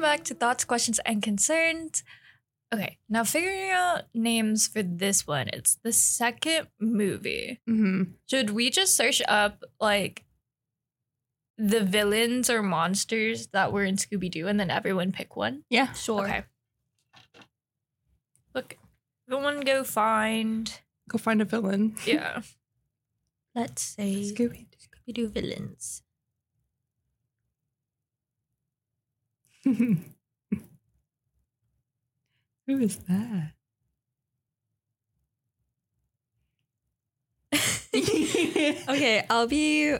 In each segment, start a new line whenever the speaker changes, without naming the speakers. back to thoughts, questions, and concerns. Okay, now figuring out names for this one. It's the second movie.
hmm
Should we just search up like the villains or monsters that were in Scooby Doo and then everyone pick one?
Yeah.
Sure.
Okay. Look, someone go find.
Go find a villain.
Yeah.
Let's say
Scooby.
Scooby Doo villains.
Who is that?
Okay, I'll be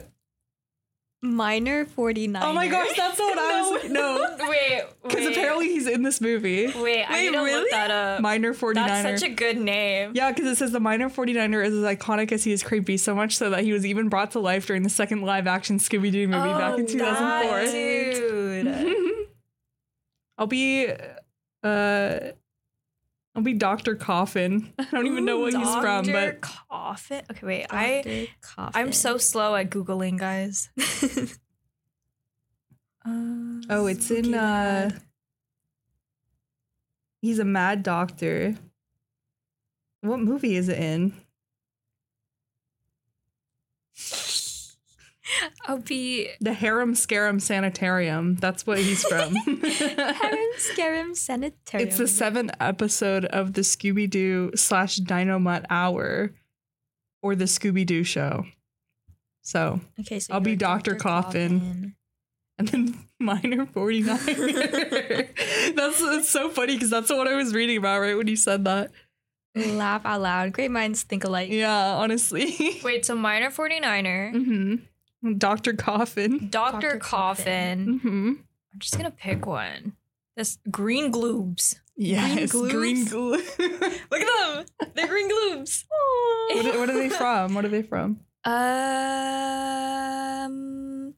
minor 49.
Oh my gosh, that's what I was. No,
wait.
because
wait,
apparently he's in this movie.
Wait, I
Wait,
need to
really?
look that up.
Minor 49er.
That's such a good name.
yeah, because it says the minor 49er is as iconic as he is creepy so much so that he was even brought to life during the second live action Scooby Doo movie back in
Oh, that
2004.
Dude.
I'll be, uh, I'll be Dr. Coffin. I don't even know what he's from,
Dr.
but
Coffin. Okay, wait. I I'm so
sorry.
slow at googling, guys. Um,
oh, it's in,
Spooky
uh,
lad.
he's a mad doctor. What movie is it in?
I'll be
The Harem Scarum Sanitarium. That's what he's from.
Harem Scarum Sanitarium.
it's the seventh episode of the Scooby Doo slash Dynamite Hour or the Scooby Doo Show. So,
Okay, so
I'll be
you're
Dr. Coffin. and then minor 49. that's, that's so funny because that's what I was reading about right when you said that.
Coffin. Laugh out loud. Great minds think alike.
Yeah, honestly.
wait, so minor 49er,
hmm Dr. Coffin.
Dr.
Dr.
Coffin.
Coffin.
hmm
I'm just gonna pick one. This green gloobs.
Yes, green glue.
Look at them. They're green gloobs.
what, are, what are they from? What are they from?
Um,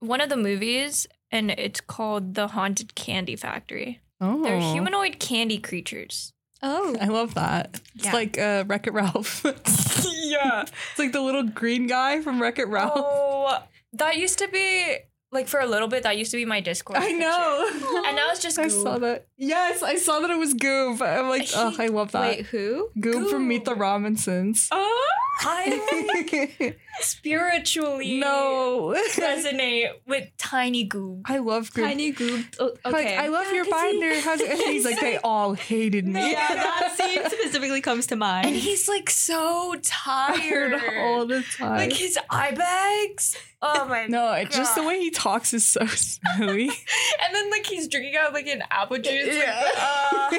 one of the movies, and it's called The Haunted Candy Factory.
Oh,
They're humanoid candy creatures.
Oh.
I love that. It's
Yeah.
like uh, Wreck It Ralph.
Yeah.
It's like the little green guy from Wreck It Ralph.
Oh, that used to be like for a little bit. That used to be my Discord.
I know.
picture. And now it's just
I
Goob.
saw that. Yes, I saw that it was Goob. I'm like,
He-
oh, I love that.
Wait, who?
Goob, from Meet
Goob.
the Robinsons.
Oh, I spiritually
no.
resonate with tiny Goob.
I love Goob.
Tiny Goob. Oh,
Like,
okay.
I love
Yeah,
your
'cause he-
binder. How's it? And he's like, they all hated me.
Yeah, that scene specifically comes to
And
mind.
he's like so
Tired
tired.
all the time.
like his eye bags. Oh my
no, it's just the
God.
way he talks is so silly.
And then like he's drinking out like an apple juice. like, uh,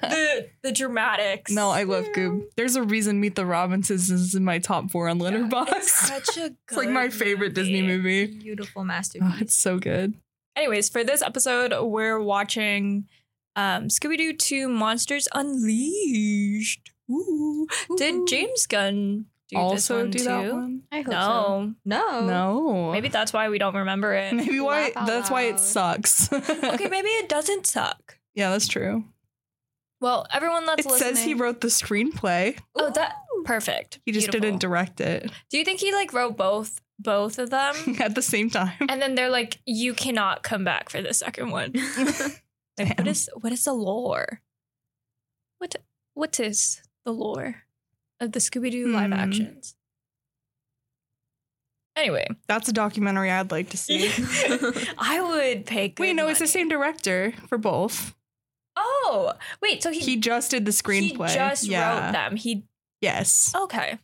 the the dramatics.
No, I love Goob. There's a reason Meet the Robinsons is in my top four on Letterboxd. It's,
Such a good
like my favorite Disney movie.
Beautiful
Oh,
masterpiece.
it's so good.
Anyways, for this episode, we're watching um, Scooby Doo Two Monsters Unleashed. Ooh. Did James Gunn do
also
this one
do
too?
that one?
I hope so.
No,
No.
No.
Oh, maybe that's why we don't remember it.
Maybe why
Laugh out
that's why it
loud.
sucks.
okay, maybe it doesn't suck.
Yeah, that's true.
Well, everyone that's
it
listening,
says he wrote the screenplay.
Oh, that perfect.
He just
Beautiful.
didn't direct it
Do you think he like wrote both both of them?
at the same time.
and then they're like, you cannot come back for the second one. What is what is the lore? What what is the lore of the Scooby Doo live
Hmm.
actions? Anyway,
That's a documentary I'd like to see.
I would pay. Good
Wait, no,
money.
it's the same director for both.
Oh, wait. So he
He just did the
he
screenplay.
just
yeah.
wrote them. He
Yes.
Okay.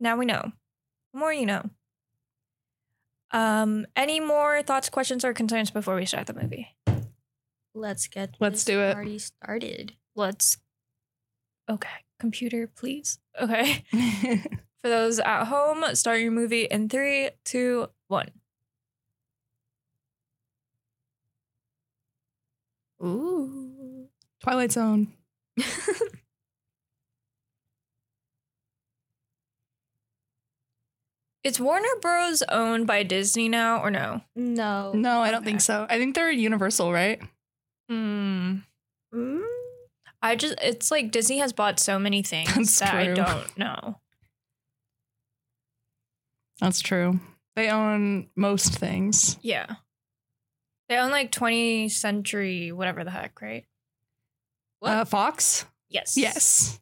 Now we know. The more you know. Um, any more thoughts, questions, or concerns before we start the movie?
Let's get
Let's
this
do it.
party started.
Let's Okay. Computer, please. Okay. For those at home, start your movie in three, two, one. Ooh.
Twilight Zone.
It's Warner Bros. owned by Disney now, or no? Oh,
No.
No, I don't
Okay.
think so. I think they're Universal, right?
Hmm. I just it's like Disney has bought so many things
That's
that I
true.
don't know.
That's true. They own most things.
Yeah. They're on like 20th century, whatever the heck, right?
What?
Uh, Fox?
Yes.
Yes.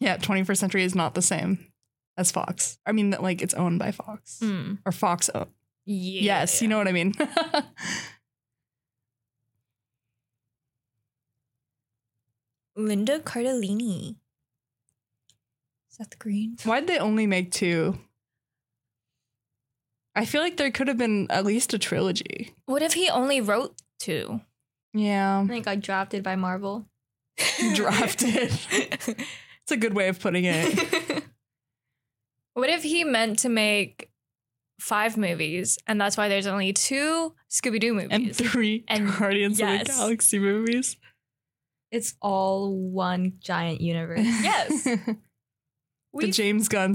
Yeah, 21st century is not the same as Fox. I mean, that like it's owned by Fox
Mm.
or Fox. o-
Yeah,
yes, you know what I mean.
Linda Cardellini. Seth Green.
Why'd they only make two? I feel like there could have been at least a trilogy.
What if he only wrote two?
Yeah,
And then got drafted by Marvel.
drafted. it's a good way of putting it.
What if he meant to make five movies and that's why there's only two Scooby Doo movies?
And three
And-
Guardians of the
yes.
Galaxy movies.
it's all one giant universe.
Yes.
the
we've,
James Gunn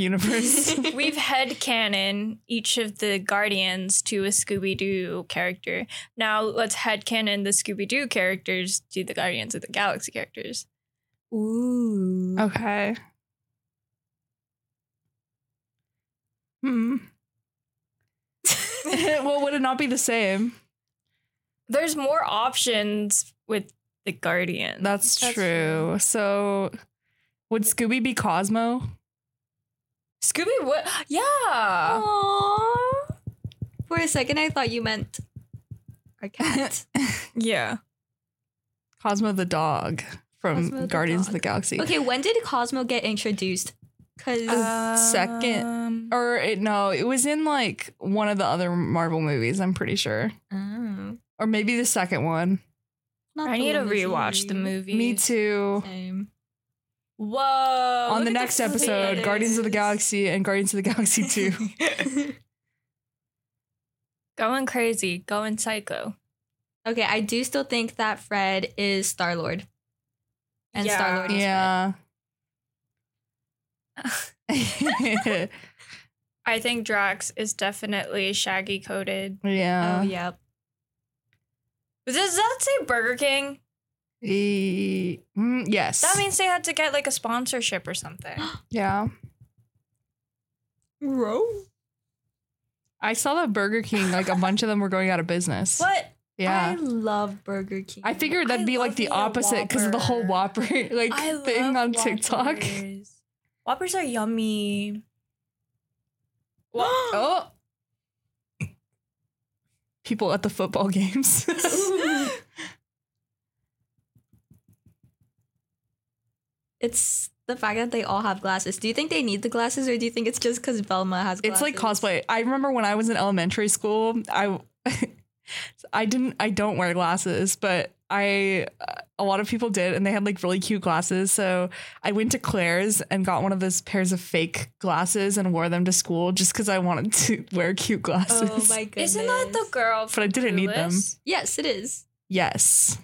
universe.
we've headcanon each of the Guardians to a Scooby Doo character. Now let's headcanon the Scooby Doo characters to the Guardians of the Galaxy characters.
Ooh.
Oh,
okay. Hmm. well, would it not be the same?
There's more options with the Guardians.
That's,
That's
true. So, would Scooby be Cosmo?
Scooby what? Yeah.
Oh.
Aww. For a second, I thought you meant our cat.
Yeah.
Cosmo the dog from
Cosmo the
Guardians of the
dog.
Galaxy.
okay, when did Cosmo get introduced? Because
Uh,
second-
Um,
Or it, no, it was in like one of the other Marvel movies, I'm pretty sure.
oh,
Or maybe the second one.
I need to rewatch the movie.
Me too.
Same.
Whoa.
On
look
the
at
next
this
episode,
list.
Guardians of the Galaxy and Guardians of the Galaxy 2.
Going crazy, going psycho.
Okay, I do still think that Fred is Star Lord. And
Yeah.
Star Lord is
yeah.
I think Drax is definitely shaggy coated.
Fred. Oh,
yeah.
yep.
Does that say Burger King?
E- mm, yes.
That means they had to get like a sponsorship or something.
yeah.
Bro?
I saw that Burger King, like a bunch of them were going out of business.
what?
Yeah.
I love Burger King.
I, figured that'd
I
be like
love
the
me a
opposite because of the whole Whopper
Whopper.
like
I
thing on
love
TikTok.
Whoppers. Whoppers are yummy.
Oh. People at the football games.
it's the fact that they all have glasses. Do you think they need the glasses or do you think it's just because Velma has
it's
glasses?
like cosplay. I remember when I was in elementary school, I I didn't I don't wear glasses, but I a lot of people did and they had like really cute glasses. So I went to Claire's and got one of those pairs of fake glasses and wore them to school just cuz I wanted to wear cute glasses.
Oh my goodness.
Isn't that the girl?
But I didn't need them.
Clueless?
Yes, it is.
Yes.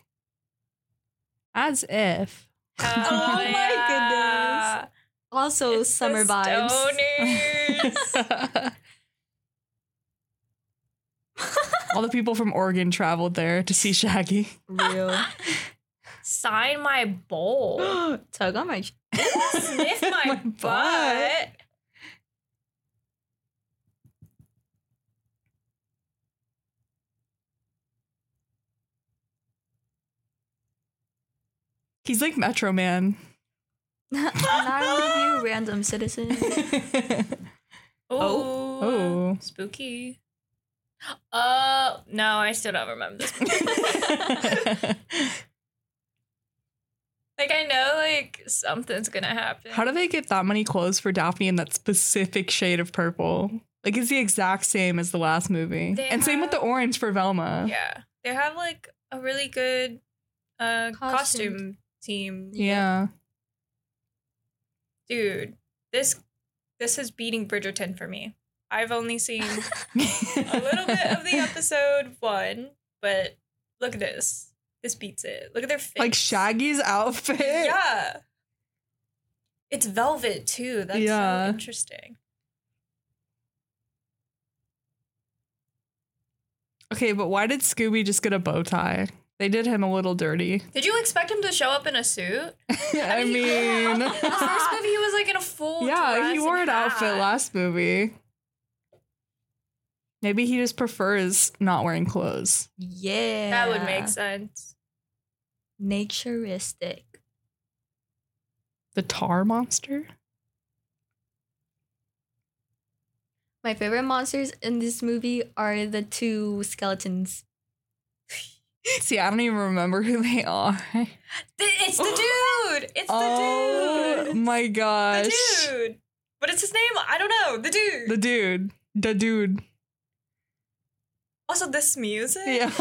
As if.
Oh
my
yeah.
Also,
It's the
summer vibes.
Stoners.
All the people from Oregon traveled there to see Shaggy.
Real.
Sign my bowl.
Tug on my.
Sniff my,
My
butt.
butt. He's like Metro Man.
Not only you, random citizen.
Oh.
Oh.
Spooky. Uh, no, I still don't remember this. like, I know, like, something's gonna happen.
How do they get that many clothes for Daphne in that specific shade of purple? Like it's the exact same as the last movie.
They
and same with the
have-
orange for Velma.
Yeah. They have, like, a really good uh,
Costume.
costume team.
Yeah.
Dude, this this is beating Bridgerton for me. I've only seen a little bit of the episode one, but look at this. This beats it. Look at their face.
Like Shaggy's outfit.
Yeah. It's velvet too. That's
Yeah.
so interesting.
Okay, but why did Scooby just get a bow tie? They did him a little dirty.
Did you expect him to show up in a suit?
I
mean,
mean,
The first movie he was like in a full
yeah,
dress
he wore an
and
outfit
hat.
last movie. Maybe he just prefers not wearing clothes.
Yeah.
That would make sense.
naturistic.
The tar monster?
My favorite monsters in this movie are the two skeletons.
See, I don't even remember who they are.
It's the dude. It's
oh
the dude.
my gosh.
The dude. What is his name? I don't know. The dude.
The dude. The dude.
also, this music.
Yeah.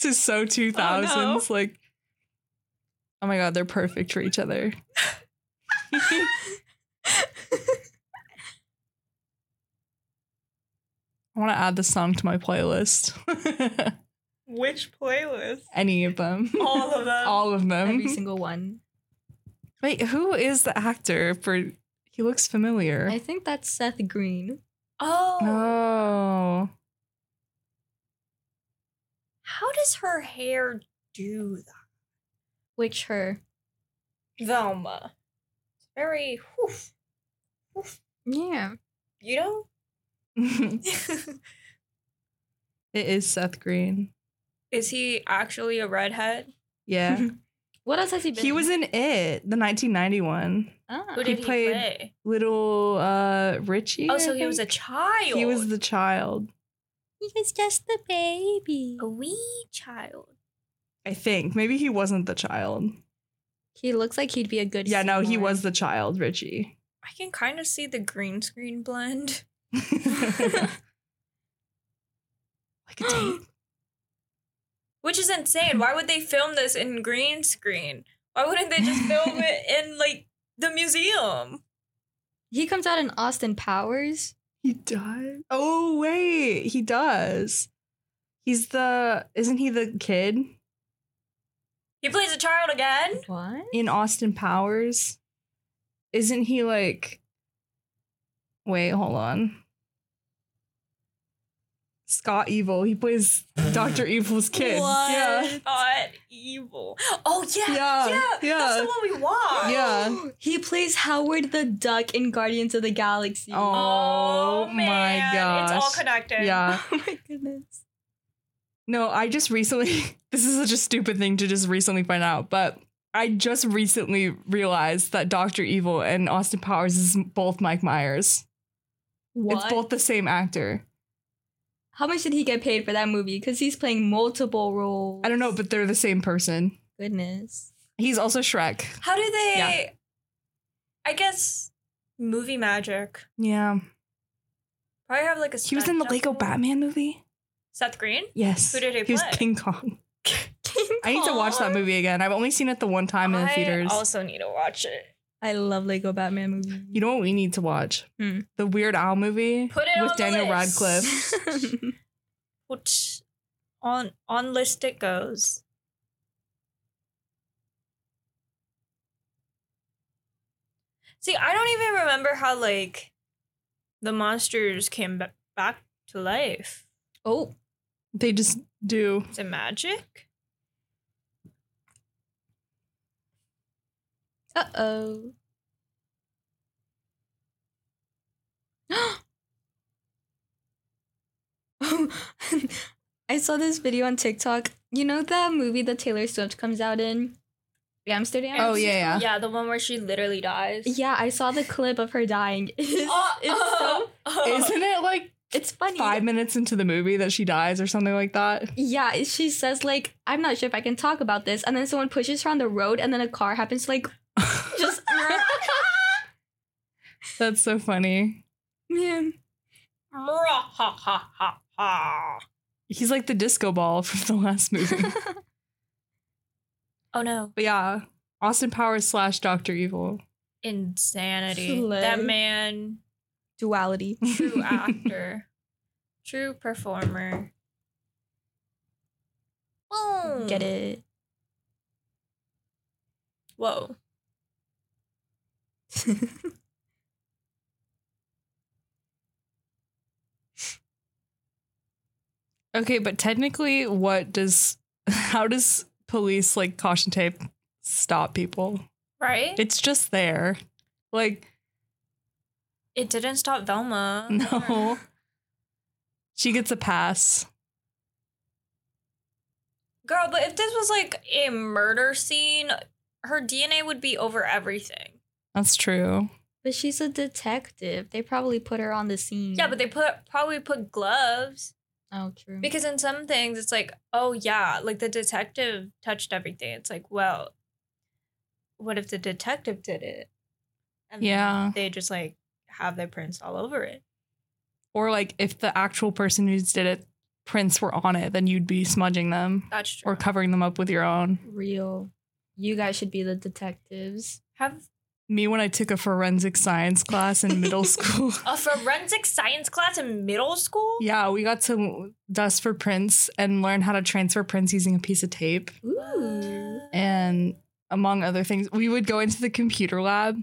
this is so 2000s. Like, oh my God, they're perfect for each other. I want to add this song to my playlist.
Which playlist?
Any of them.
All of them.
All of them.
Every single one.
Wait, who is the actor for? He looks familiar.
I think that's Seth Green.
oh.
oh,
How does her hair do
Which her?
that? Velma. It's very. Whew,
Yeah.
you know?
it is Seth Green.
is he actually a redhead?
Yeah,
What else has he been?
he
in?
was in it, the 1991.
Ah.
Who
He
did he
played-
play?
Little uh Richie.
Oh,
I
so he was a
think?
child.
He was the child,
He was just the baby.
a wee child.
I think. Maybe he wasn't the child.
He looks like he'd be a good.
Yeah, no, he
Seymour.
was the child, Richie.
I can kind of see the green screen blend.
like a tape.
Which is insane. Why would they film this in green screen? Why wouldn't they just film it in like the museum?
He comes out in Austin Powers.
He does. Oh wait, he does. He's the isn't he the kid
He plays a child again?
What?
in Austin Powers? Isn't he like Wait, hold on. Scott Evil. He plays Dr. Evil's kid. Yeah.
Not evil. Oh yeah,
Yeah,
yeah,
yeah.
That's the one we watched.
Yeah.
he plays Howard the Duck in Guardians of the Galaxy.
Oh. Oh, my
man, It's all
gosh.
connected.
Yeah.
Oh my goodness.
No, I just recently, this is such a stupid thing to just recently find out, but I just recently realized that Dr. Evil and Austin Powers is both Mike Myers.
What?
It's both the same actor.
How much did he get paid for that movie? Because he's playing multiple roles.
I don't know, but they're the same person.
goodness.
He's also Shrek.
How do they I guess movie magic.
Yeah.
Probably have like a
He was in the
stunt
Lego
double.
Batman movie?
Seth Green?
Yes.
Who did he
He was
play?
King Kong.
King
I need to watch that
Kong.
movie again. I've only seen it the one time in the
I
theaters.
also need to watch it.
I love Lego Batman movies.
you know what we need to watch?
Hmm.
The Weird Owl movie
Put it
with
on the
Daniel
list.
Radcliffe.
Which on on list it goes. See, I don't even remember how like the monsters came ba- back to life.
oh,
They just do.
Is it magic?
uh oh. I saw this video on TikTok. You know that movie that Taylor Swift comes out in? Amsterdam?
Oh, yeah, yeah.
Yeah, the one where she literally dies.
Yeah, I saw the clip of her dying. It's,
Uh,
it's so
Oh.
Isn't it like
it's funny.
five minutes into the movie that she dies or something like that.
Yeah, it- she says like, "I'm not sure if I can talk about this," and then someone pushes her on the road, and then a car happens to like just.
That's so funny.
yeah.
He's like the disco ball from the last movie.
oh no.
but yeah, Austin Powers slash Doctor Evil.
Insanity.
Slay.
That man,
Duality.
true actor, true performer. Boom.
Get it?
Whoa.
okay, but technically, what does how does police like caution tape stop people?
Right? It,
It's just there. Like
didn't stop Velma.
no, She gets a pass.
Girl, but if this was like a murder scene, her DNA would be over everything.
That's true.
But she's a detective. They probably put her on the scene.
Yeah, but they put probably put gloves
Oh, true.
because in some things it's like, oh yeah, like the detective touched everything. It's like, well, what if the detective did it? And
Yeah.
they just like have their prints all over it.
Or like if the actual person who did it prints were on it, then you'd be smudging them
That's true.
or covering them up with your own.
real. You guys should be the detectives.
have
Me when I took a forensic science class in middle school.
a forensic science class in middle school.
Yeah, we got to dust for prints and learn how to transfer prints using a piece of tape.
Ooh.
and among other things, we would go into the computer lab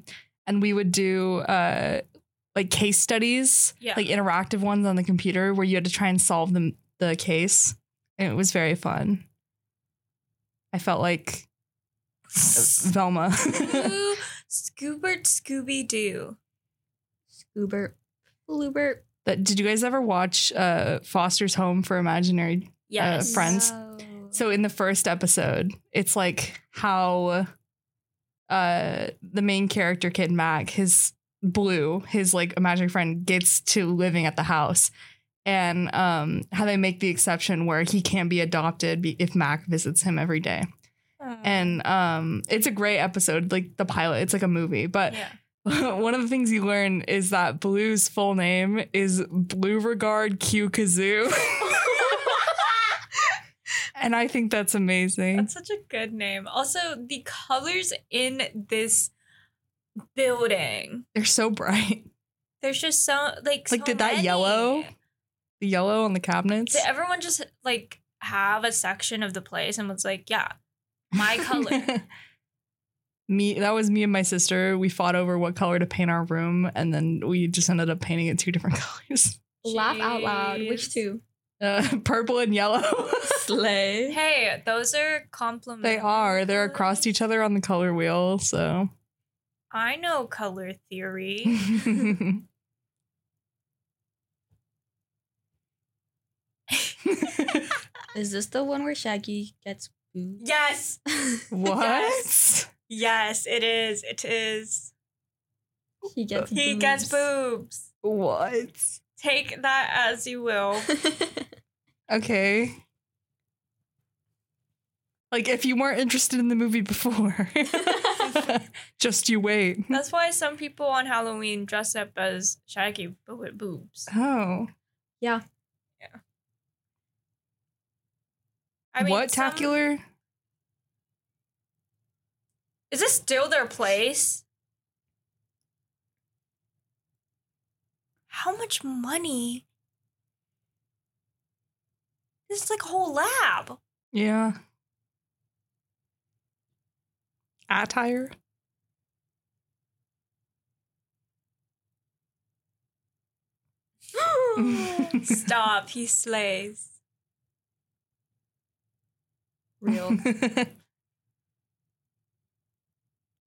and we would do uh, like case studies,
Yeah.
like interactive ones on the computer where you had to try and solve the the case. And it was very fun. I felt like Velma.
Ooh, Scoobert Scooby
Uh,
Doo.
Uber. Uber.
but did you guys ever watch uh, Foster's Home for Imaginary?
Yes.
Uh, friends.
No.
So in the first episode, it's like how uh the main character kid Mac, his blue, his like imaginary friend gets to living at the house and um how they make the exception where he can be adopted be- if Mac visits him every day. And um it's a great episode, like the pilot, it's like a movie, but
yeah.
one of the things you learn is that Blue's full name is Blue Regard Q Kazoo. and I think that's amazing.
That's such a good name. Also, the colors in this building.
They're so bright.
There's just so like
Like,
so
did that
many.
yellow- The yellow on the cabinets.
Did everyone just like have a section of the place and was like, yeah, my color.
me that was me and my sister. We fought over what color to paint our room and then we just ended up painting it two different colors.
Laugh out loud. Which
Jeez.
two?
Uh, purple and yellow.
Slay.
Hey, those are compliments.
they are. They're across each other on the color wheel, so
I know color theory.
That's
Is this the one where Shaggy gets booed?
yes.
What?
Yes. Yes, it is. It is.
he gets
He gets boobs.
What?
Take that as you will.
Okay. Like if you weren't interested in the movie before, just you wait.
That's why some people on Halloween dress up as Shaggy but with boobs.
Oh.
I mean,
what
some-
tacular?
Is this still their place? How much money? This is like a whole lab.
Yeah. Attire?
Stop, he slays.
Real.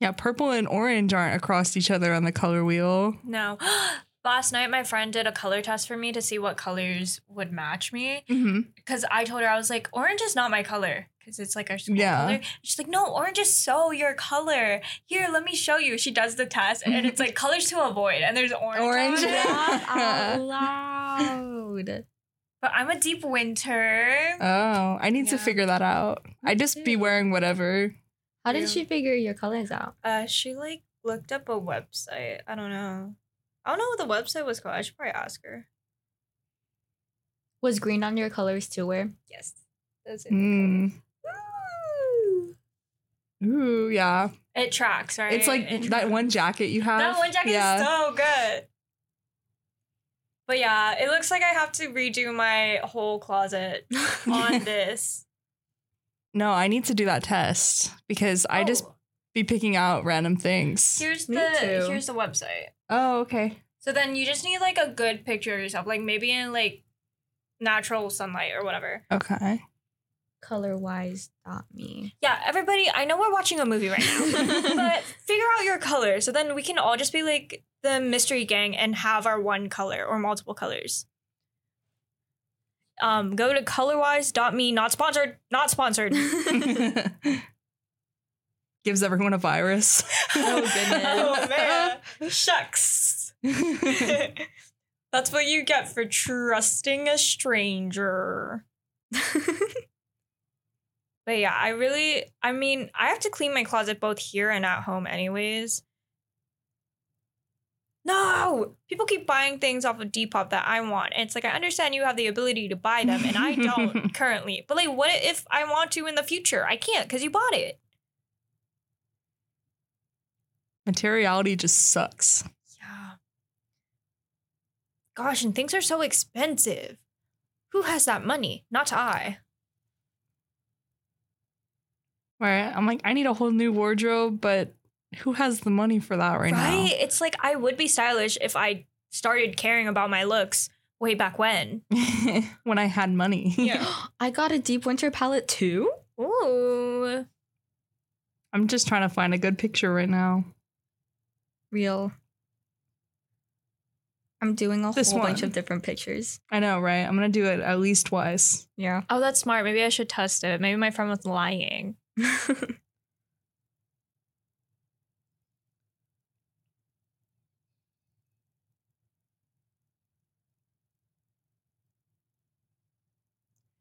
yeah, purple and orange aren't across each other on the color wheel.
No. Last night, my friend did a color test for me to see what colors would match me.
Mm-hmm.
because I told her I was like, orange is not my color because it's like our school
Yeah.
color. She's like, no, orange is so your color. Here, let me show you. She does the test, and it's like colors to avoid, and there's orange. on
Orange.
it.
Laugh out loud.
But I'm a deep winter.
Oh, I need to
Yeah.
figure that out. I just be
too.
wearing whatever.
How did
Yeah.
she figure your colors out?
Uh, she like looked up a website. I don't know. I don't know what the website was called. I should probably ask her.
Was green on your colors too? Where?
Yes. Those are the
Mm.
colors. Ooh.
Ooh, yeah.
It tracks, right?
It's like
It
that
tracks.
one jacket you have.
That one jacket
yeah.
is so good. But yeah, it looks like I have to redo my whole closet on this.
no, I need to do that test because I just
Oh,
be picking out random things.
here's
Me
the
too.
here's the website.
Oh, okay.
So then you just need like a good picture of yourself, like maybe in like natural sunlight or whatever.
Okay.
Colorwise dot me.
Yeah, everybody, I know we're watching a movie right now, but figure out your color so then we can all just be like the mystery gang and have our one color or multiple colors. Um, go to colorwise.me. Not sponsored. Not sponsored.
Gives everyone a virus.
Oh, goodness.
oh man, shucks. That's what you get for trusting a stranger. But yeah, I really, I mean, I have to clean my closet both here and at home, anyways. No, people keep buying things off of Depop that I want. And it's like, I understand you have the ability to buy them, and I don't currently. But like, what if I want to in the future? I can't because you bought it.
Materiality just sucks.
Yeah. Gosh, and things are so expensive. Who has that money? Not I.
Where I'm like, I need a whole new wardrobe, but who has the money for that right,
right? It's like I would be stylish if I started caring about my looks way back when.
now? when I had money.
I got a deep winter palette too.
Ooh.
I'm just trying to find a good picture right now.
Real. I'm doing a
This
whole bunch
one.
of different pictures.
I know, right? I'm gonna do it at least twice.
Yeah.
Oh, that's smart. Maybe I should test it. Maybe my friend was lying.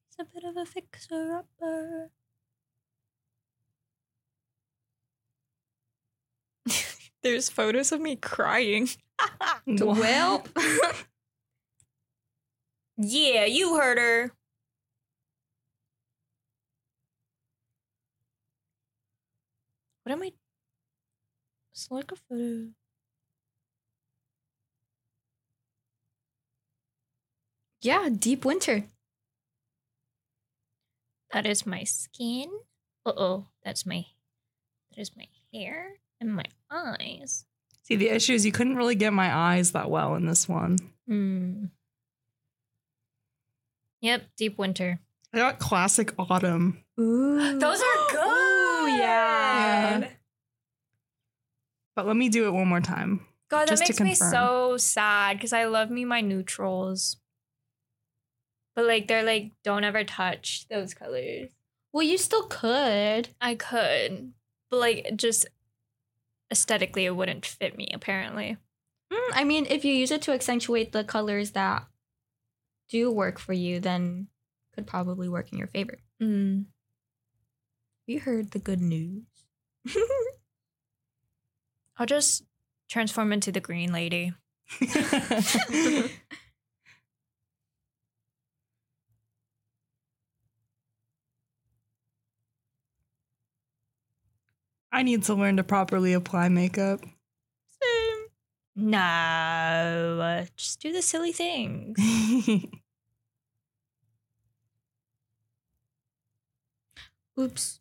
It's a bit of a fixer upper. There's photos of me crying.
well,
Yeah, you heard her. What am I? Select a photo.
yeah, deep winter.
That is my skin. Uh oh, that's my. That is my hair and my eyes.
See, the issue is you couldn't really get my eyes that well in this one.
Hmm. Yep, deep winter.
I got classic autumn.
Ooh.
Those are good.
Ooh, yeah.
Yeah. But let me do it one more time.
God, that
Just to
makes me
confirm.
so sad because I love me my neutrals. But like they're like, don't ever touch those colors.
Well, you still could.
I could. But like just aesthetically it wouldn't fit me, apparently.
Mm, I mean, if you use it to accentuate the colors that do work for you, then could probably work in your favor.
Mm.
You heard the good news.
I'll just transform into the green lady.
I need to learn to properly apply makeup.
No. Just do the silly things.
Oops.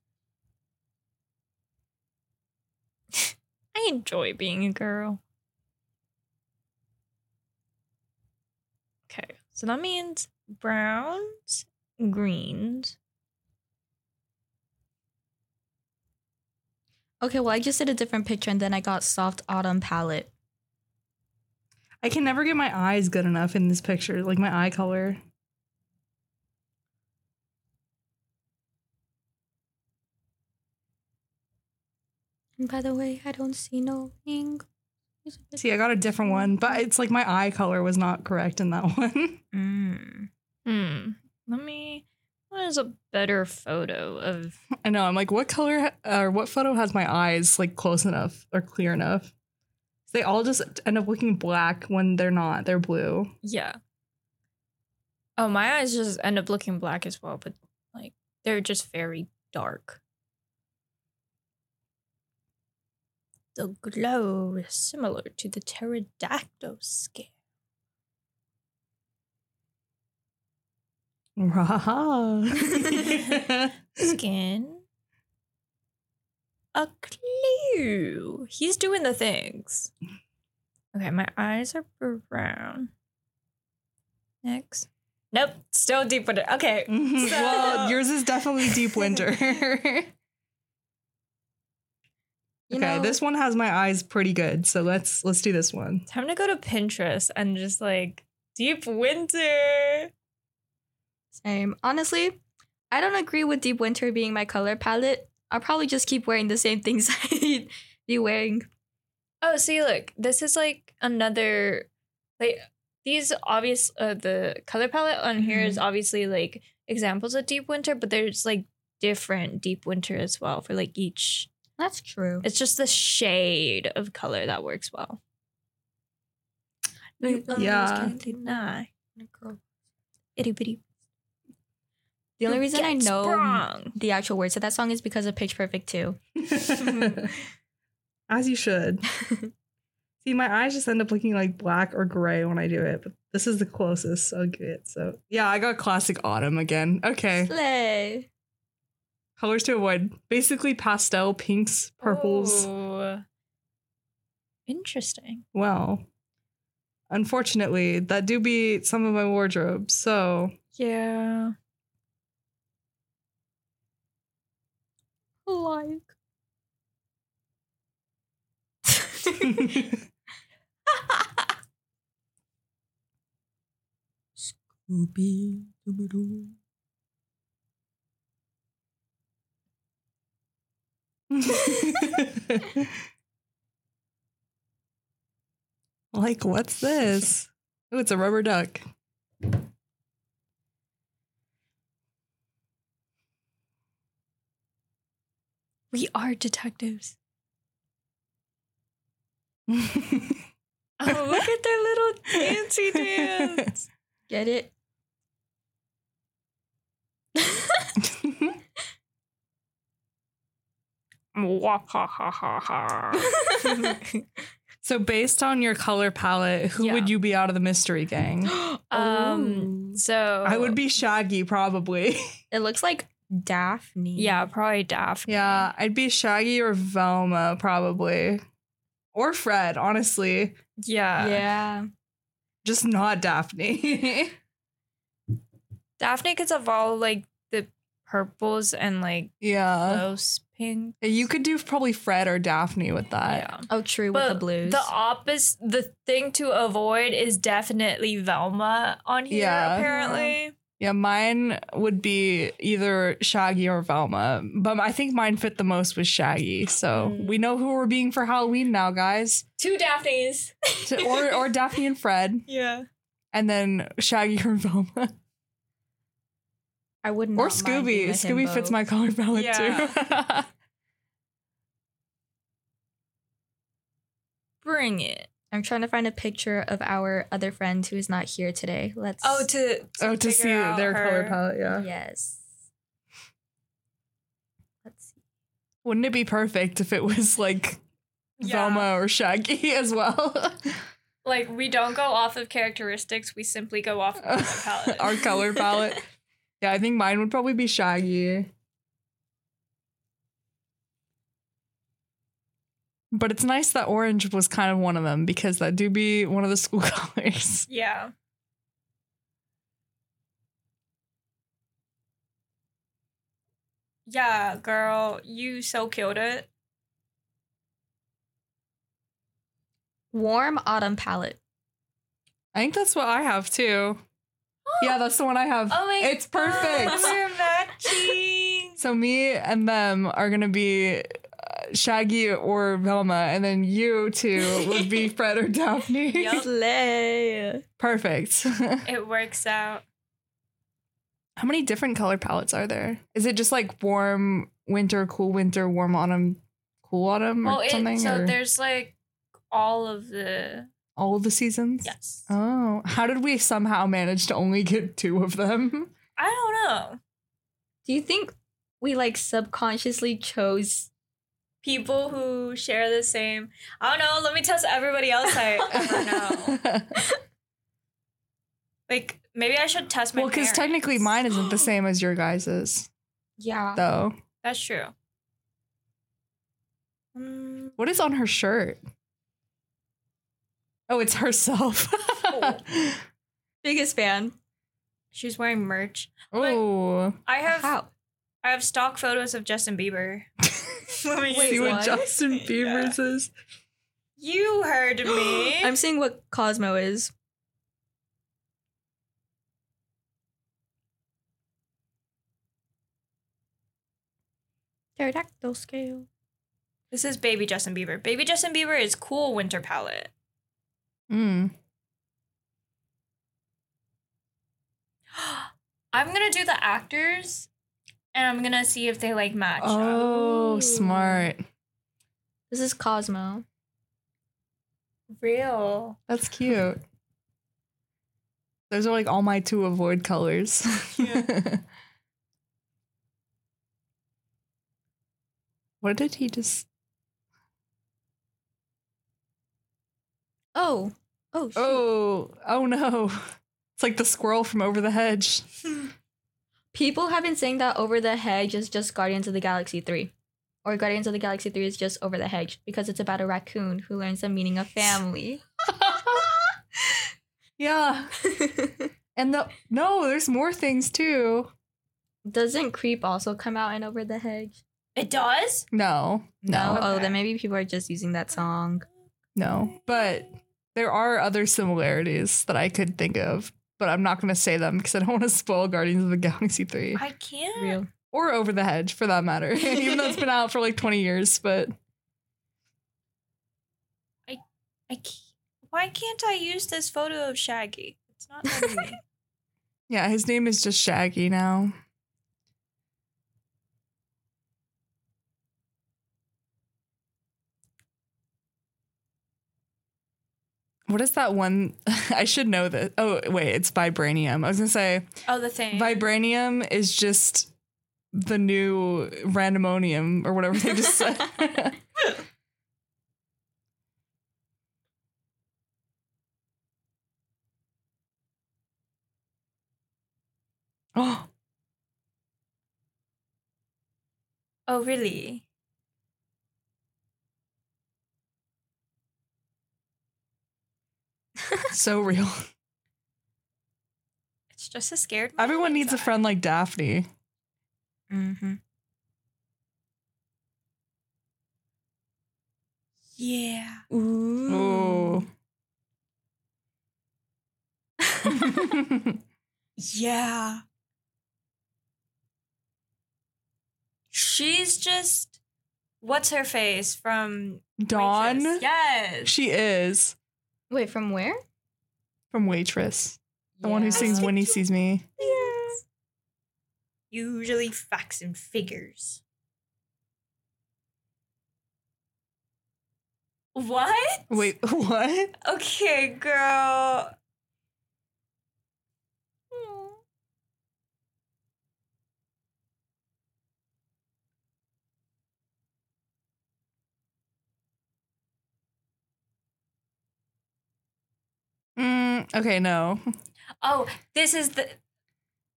I enjoy being a girl. Okay, so that means browns, greens.
Okay, well, I just did a different picture and then I got soft autumn palette.
I can never get my eyes good enough in this picture, like my eye color.
And by the way, I don't see no ring.
See, I got a different one, but it's like my eye color was not correct in that one.
Mm.
Hmm. Let me. What is a better photo of?
I know. I'm like, what color ha- or what photo has my eyes like close enough or clear enough? They all just end up looking black when they're not. They're blue.
Yeah. Oh, my eyes just end up looking black as well, but like they're just very dark. The glow is similar to the pterodactyl scale.
Rah.
skin. A clue. He's doing the things. Okay, my eyes are brown. Next. Nope, still deep winter. Okay.
Mhm. well, yours is definitely deep winter. okay,
You know-
this one has my eyes pretty good, so let's let's do this one.
Time to go to Pinterest and just like deep winter.
Same. Honestly, I don't agree with deep winter being my color palette. I'll probably just keep wearing the same things I be wearing.
Oh, see, look, this is like another like these obvious uh, the color palette on here is obviously like examples of deep winter, but there's like different deep winter as well for like each.
That's true.
It's just the shade of color that works well.
You-
Yeah.
deny itty bitty.
The only reason I know the actual words to that song is because of Pitch Perfect too.
As you should. See, my eyes just end up looking like black or gray when I do it, but this is the closest I'll get. So yeah, I got classic autumn again. Okay.
Slay.
Colors to avoid. Basically pastel pinks, purples.
Oh. Interesting.
Well. Unfortunately, that do be some of my wardrobe. So
Yeah.
Like.
like, what's this? Oh, it's a rubber duck.
We are detectives.
Oh, look
at their little
dancy dance.
Get it?
so, based on your color palette, who
Yeah.
would you be out of the mystery gang?
um.
Ooh.
So
Oh. I would be Shaggy, probably.
It looks like Daphne.
Yeah, probably Daphne.
yeah, I'd be Shaggy or Velma, probably. Or Fred, honestly.
Yeah.
yeah.
Just not Daphne.
Daphne gets of all like the purples and like
yeah.
close pink.
You could do probably Fred or Daphne with that.
Uh, yeah.
Oh, true with the blues.
The opposite, the thing to avoid is definitely Velma on here.
Yeah.
Apparently,
Yeah, mine would be either Shaggy or Velma, but I think mine fit the most with Shaggy. So
Mm.
we know who we're being for Halloween now, guys.
two Daphnes.
To- or or Daphne and Fred,
Yeah.
and then Shaggy or Velma,
I wouldn't.
or Scooby. Scooby fits my color palette too.
Bring it.
I'm trying to find a picture of our other friend who is not here today. Let's.
Oh, to,
oh, to
figure
see
out
their color
her-
palette, yeah.
yes. Let's see.
Wouldn't it be perfect if it was like
Yeah.
Velma or Shaggy as well?
Like we don't go off of characteristics; we simply go off of color palette.
Our color palette. Yeah, I think mine would probably be Shaggy. But it's nice that orange was kind of one of them because that do be one of the school colors.
yeah. Yeah, girl, you so killed it.
Warm autumn palette.
I think that's what I have too. Yeah, that's the one I have.
Oh my
it's
God,
perfect.
We're matching.
So me and them are gonna be uh, Shaggy or Velma, and then you two would be Fred or Daphne.
Yup.
Slay.
Perfect.
It works out.
How many different color palettes are there? Is it just like warm winter, cool winter, warm autumn, cool autumn, or
Well,
something?
it, so
or
there's like all of the
all of the seasons.
yes.
Oh, how did we somehow manage to only get two of them?
I don't know.
Do you think we like subconsciously chose?
People who share the same. I don't know. Let me test everybody else I ever know. Like maybe I should test my.
well, because
parents.
technically mine isn't the same as your guys's,
Yeah.
though.
That's true. Mm,
What is on her shirt? Oh, it's herself.
Oh.
Biggest fan.
she's wearing merch.
oh,
I have
How?
I have stock photos of Justin Bieber. Let me
Wait,
see what,
what?
Justin Bieber
Yeah.
says.
You heard me.
I'm seeing what Cosmo is. Pterodactyl scale.
This is baby Justin Bieber. Baby Justin Bieber is cool winter palette.
Mm.
I'm gonna do the actors, and I'm gonna see if they like match. up.
Oh,
Ooh.
smart.
This is Cosmo.
Real.
That's cute. Those are like all my to avoid colors. what did he just?
Oh. Oh. Shoot.
Oh, oh no! It's like the squirrel from over the hedge.
People have been saying that Over the Hedge is just Guardians of the Galaxy 3. Or Guardians of the Galaxy 3 is just Over the Hedge because it's about a raccoon who learns the meaning of family.
Yeah, and the no, there's more things too.
Doesn't Creep also come out in Over the Hedge?
It does.
No, no,
No. Oh,
Okay.
then maybe people are just using that song.
no. But there are other similarities that I could think of, but I'm not going to say them because I don't want to spoil Guardians of the Galaxy Three.
I can't.
Real.
or over the hedge for that matter even though it's been out for like 20 years but
I can't. Why can't I use this photo of Shaggy? It's not letting me.
yeah his name is just shaggy now what is that one i should know this oh wait it's vibranium i was gonna say
oh, the thing.
vibranium is just the new randomonium or whatever they just said oh
oh, really?
so real
It's just a scared. man
everyone needs a
inside.
friend like daphne
Mm-hmm.
Yeah. Mm.
Ooh.
Yeah. She's just what's her face from
Dawn.
Waitress. Yes.
She is
Wait, from where?
from Waitress. The one who
Yes.
sings When He Sees Me.
Yes. Usually facts and figures. What?
Wait, what?
Okay, girl. Aw.
Mm, okay, no.
Oh, this is the.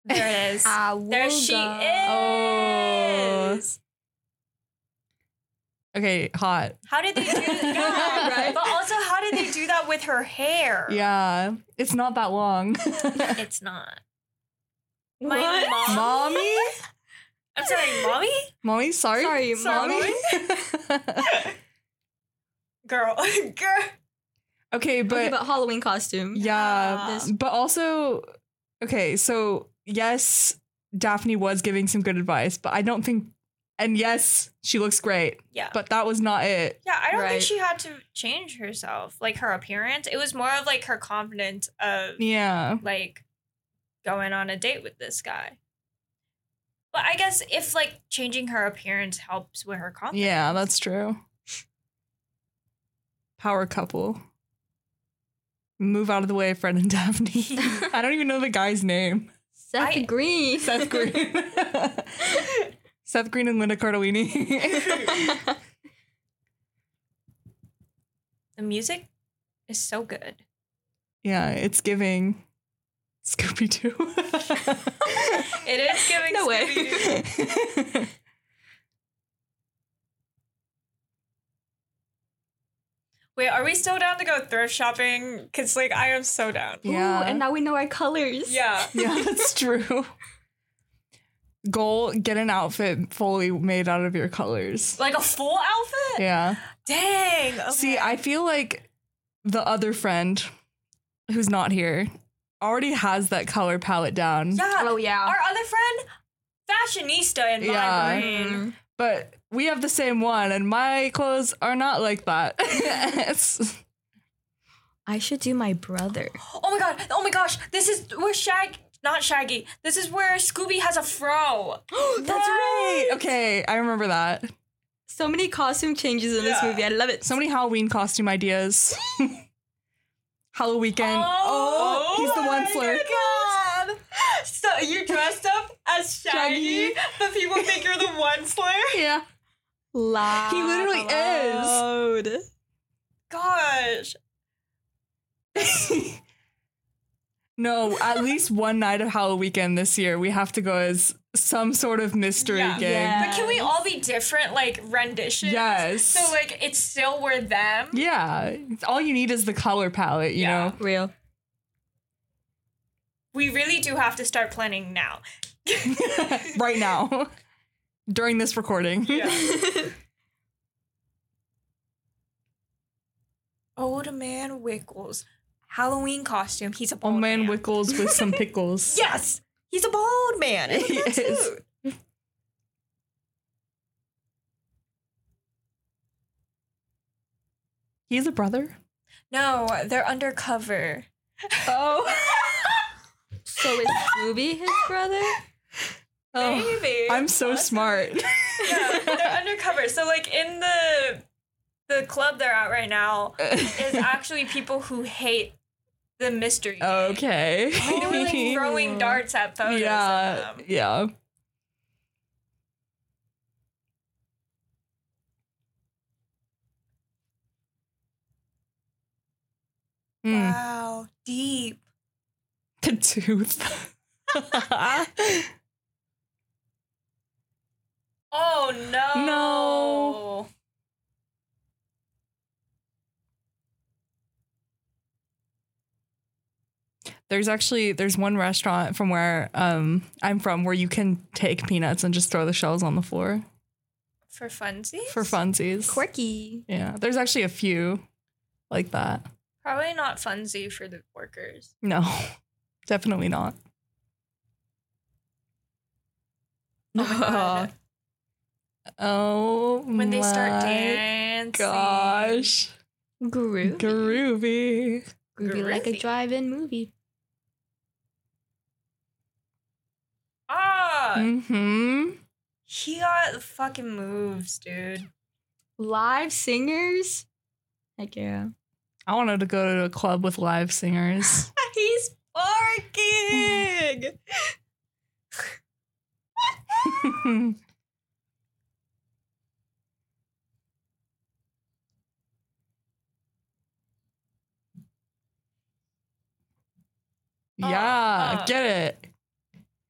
There it is.
Ah,
there she
Oh.
is.
Okay, hot.
How did they do that?
Right.
But also, how did they do that with her hair?
Yeah, it's not that long.
It's not. My
What?
mom.
mommy?
I'm sorry, mommy?
Mommy, sorry.
Sorry,
mommy.
Girl. Girl.
okay,
Okay,
but
but Halloween costume.
yeah,
This-
but also, okay, so yes, Daphne was giving some good advice, but I don't think, and yes, she looks great,
Yeah.
but that was not it.
Yeah, I don't
Right.
think she had to change herself, like her appearance. It was more of like her confidence of
Yeah.
like going on a date with this guy. But I guess if like changing her appearance helps with her confidence.
Yeah, that's true. Power couple. Move out of the way, Fred and Daphne. I don't even know the guy's name.
Seth
I-
Green.
Seth Green. Seth Green and Linda Cardellini.
The music is so good.
yeah, it's giving Scooby Doo.
It is giving
No way.
Scooby-Doo. Wait, are we still down to go thrift shopping? Cause like I am so down.
yeah.
Ooh, and now we know our colors.
Yeah.
yeah, that's true. Goal get an outfit fully made out of your colors.
Like a full outfit?
Yeah.
Dang. Okay.
See, I feel like the other friend who's not here already has that color palette down.
Yeah.
Oh yeah.
Our other friend, fashionista in my
Yeah. mm-hmm.
brain.
Mm.
but we have the same one, and my clothes are not like that. It's-
I should do my brother.
Oh my god! Oh my gosh! This is where Shag, not Shaggy. This is where Scooby has a fro.
That's right.
Okay, I remember that.
So many costume changes in this
Yeah.
movie. I love it.
So many Halloween costume ideas. Halloween weekend. Oh, he's the one flirt.
God. So you're dressed up as
Shaggy, Shaggy.
but people think you're the one slayer.
Yeah.
loud.
He literally is.
is.
Gosh.
No, at least one night of Halloween weekend this year, we have to go as some sort of mystery
Yeah.
gig.
Yeah.
But can we all be different, like renditions?
Yes.
So like it's still we're them.
Yeah. All you need is the color palette, you
Yeah.
know?
Real.
We really do have to start planning now.
right now. During this recording.
Old man Wickles, Halloween costume. He's a bald
Old Oh, man
man.
Wickles with some pickles.
Yes, he's a bald man. Isn't
He
that
is.
cute?
He's a brother.
No, they're undercover.
Oh.
so is Scooby his brother?
Maybe.
Oh. I'm so
Awesome.
smart.
Yeah, they're undercover. So like in the the club they're at right now is actually people who hate the mystery.
okay.
They were like throwing darts at photos
yeah.
of them.
Yeah. Mm,
Wow, deep.
the tooth.
Oh no.
No. there's actually there's one restaurant from where um I'm from where you can take peanuts and just throw the shells on the floor
For funsies?
for funsies.
Quirky.
Yeah, there's actually a few like that.
Probably not funsy for the workers.
No, definitely not.
Oh my god.
Oh,
when they
my
start dancing.
gosh,
Groovy.
groovy.
Groovy like a
Groovy.
drive-in movie.
Ah,
Mm-hmm.
he got fucking moves, dude.
Live singers. Heck yeah.
I wanted to go to a club with live singers.
He's barking.
yeah,
Oh.
uh.
get it.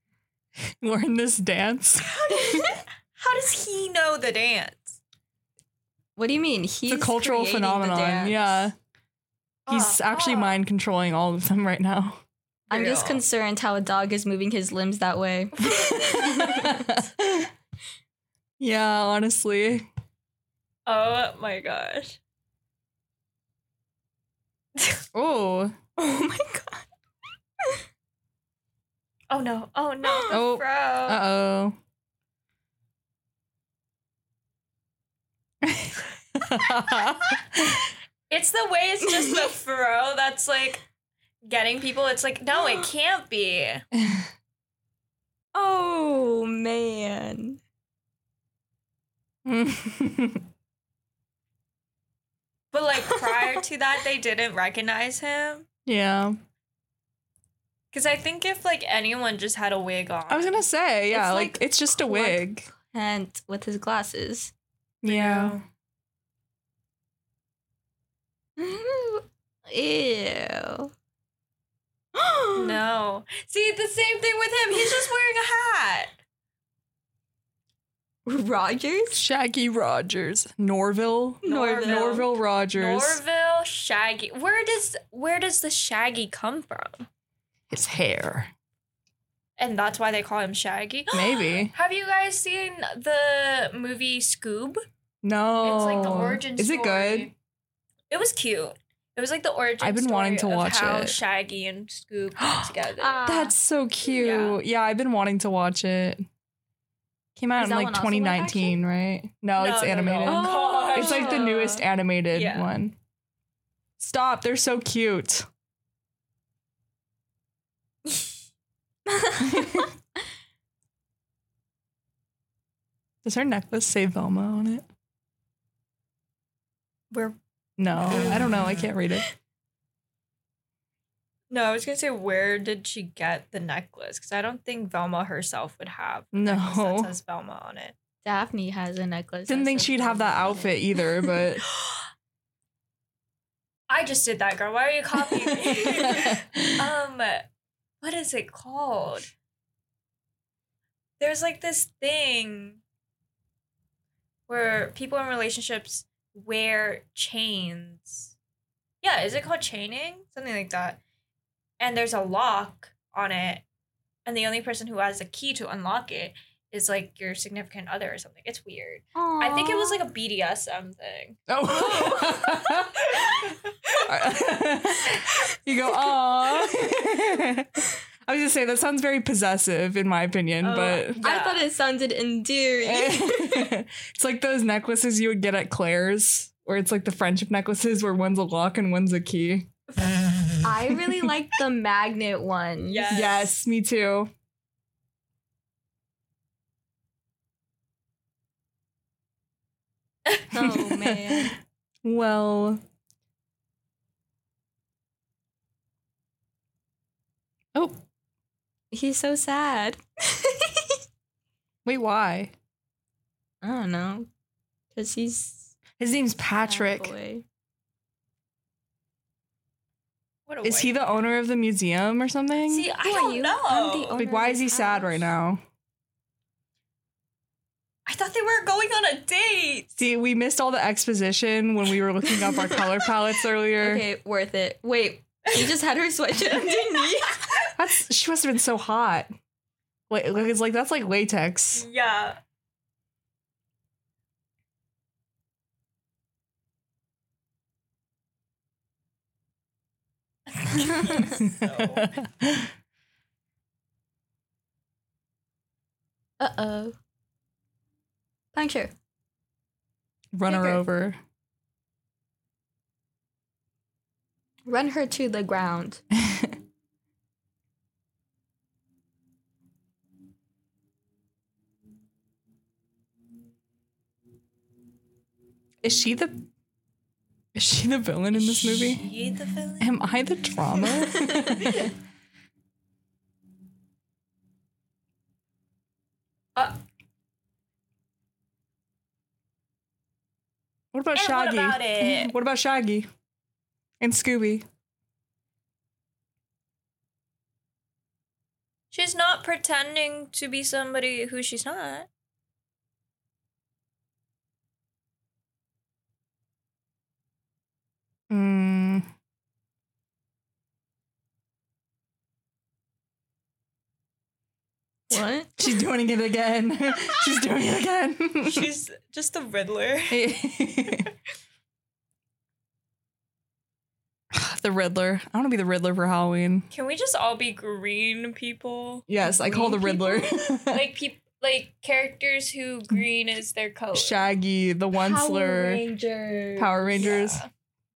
Learn this dance.
How does he know the dance?
What do you mean? He's
It's a cultural
creating the
phenomenon.
dance. Oh,
Yeah. He's
Ah,
actually
ah.
mind controlling all of them right now.
I'm just
Real.
concerned how a dog is moving his limbs that way.
yeah, honestly.
Oh my gosh.
Oh,
Oh my god. oh no. Oh no. The
Oh,
fro.
uh oh.
It's the way it's just the fro that's like getting people. It's like, no, it can't be.
Oh man.
But like prior to that, they didn't recognize him.
yeah,
Because I think if like anyone just had a wig on,
I was gonna say yeah.
It's
like,
like
it's just a
cluck.
wig.
And with his glasses.
Yeah.
Ew.
No. See, the same thing with him. He's just wearing a hat.
Rogers?
Shaggy Rogers, Norville,
Norville.
Norville Rogers.
Norville, Shaggy. Where does where does the Shaggy come from?
His hair,
And that's why they call him Shaggy.
maybe.
Have you guys seen the movie Scoob?
No,
It's like the origin
Is
story.
it good?
It was cute. It was like the origin
I've been wanting
story
to
of
watch
how
it.
Shaggy and Scoob came together.
Ah.
That's so cute.
Yeah.
yeah, I've been wanting to watch it. Came out
Is
in
that
like
one also live
2019, right? No, it's animated.
Oh.
It's like the newest animated
Yeah.
one. Stop, they're so cute. Does her necklace say Velma on it?
Where?
No, I don't know. I can't read it.
No, I was gonna say where did she get the necklace? Because I don't think Velma herself would have a necklace
No.
that says Velma on it.
Daphne has a necklace.
Didn't
that
think
says
she'd have that
Velma on
outfit
it.
either, but
I just did that, girl. Why are you copying me? um, what is it called? There's like this thing where people in relationships wear chains. Yeah, is it called chaining? Something like that. And there's a lock on it, and the only person who has the key to unlock it is like your significant other or something. It's weird. I think it was like a BDSM thing.
oh.
Oh.
you go, aw. I was just saying that sounds very possessive in my opinion,
Oh,
but
I thought it sounded endearing.
it's like those necklaces you would get at Claire's, where it's like the friendship necklaces where one's a lock and one's a key.
I really like the magnet one.
Yeah.
Yes,
Yes.
me too.
Oh man.
Well. Oh,
He's so sad.
wait, why?
I don't know. Cause he's
His name's Patrick.
bad Oh, boy.
What a
Is he
white-
the owner of the museum or something?
See, I
Who are
don't
you?
know.
I'm the owner
like, why
of
is he
this
sad
house.
right now?
I thought they were going on a date.
See, we missed all the exposition when we were looking up our color palettes earlier.
Okay, worth it. Wait, he just had her sweatshirt underneath.
That's she must have been so hot. Like, like, it's like that's like latex.
Yeah. So-
Uh oh. Puncture.
Run her
Paper.
over.
Run her to the ground.
Is she the Is she the villain in this movie?
She the villain?
Am I the drama?
Uh,
What
And
about
what
Shaggy?
about it?
What about Shaggy? And Scooby?
she's not pretending to be somebody who she's not.
Mm.
What?
She's doing it again. She's doing it again.
She's just the Riddler.
the Riddler. I want to be the Riddler for Halloween.
Can we just all be green people?
Yes, I call the Riddler.
Like peop- like characters who green is their color.
Shaggy, the
oh. Power
Onceler,
Rangers.
Power Rangers,
Yeah.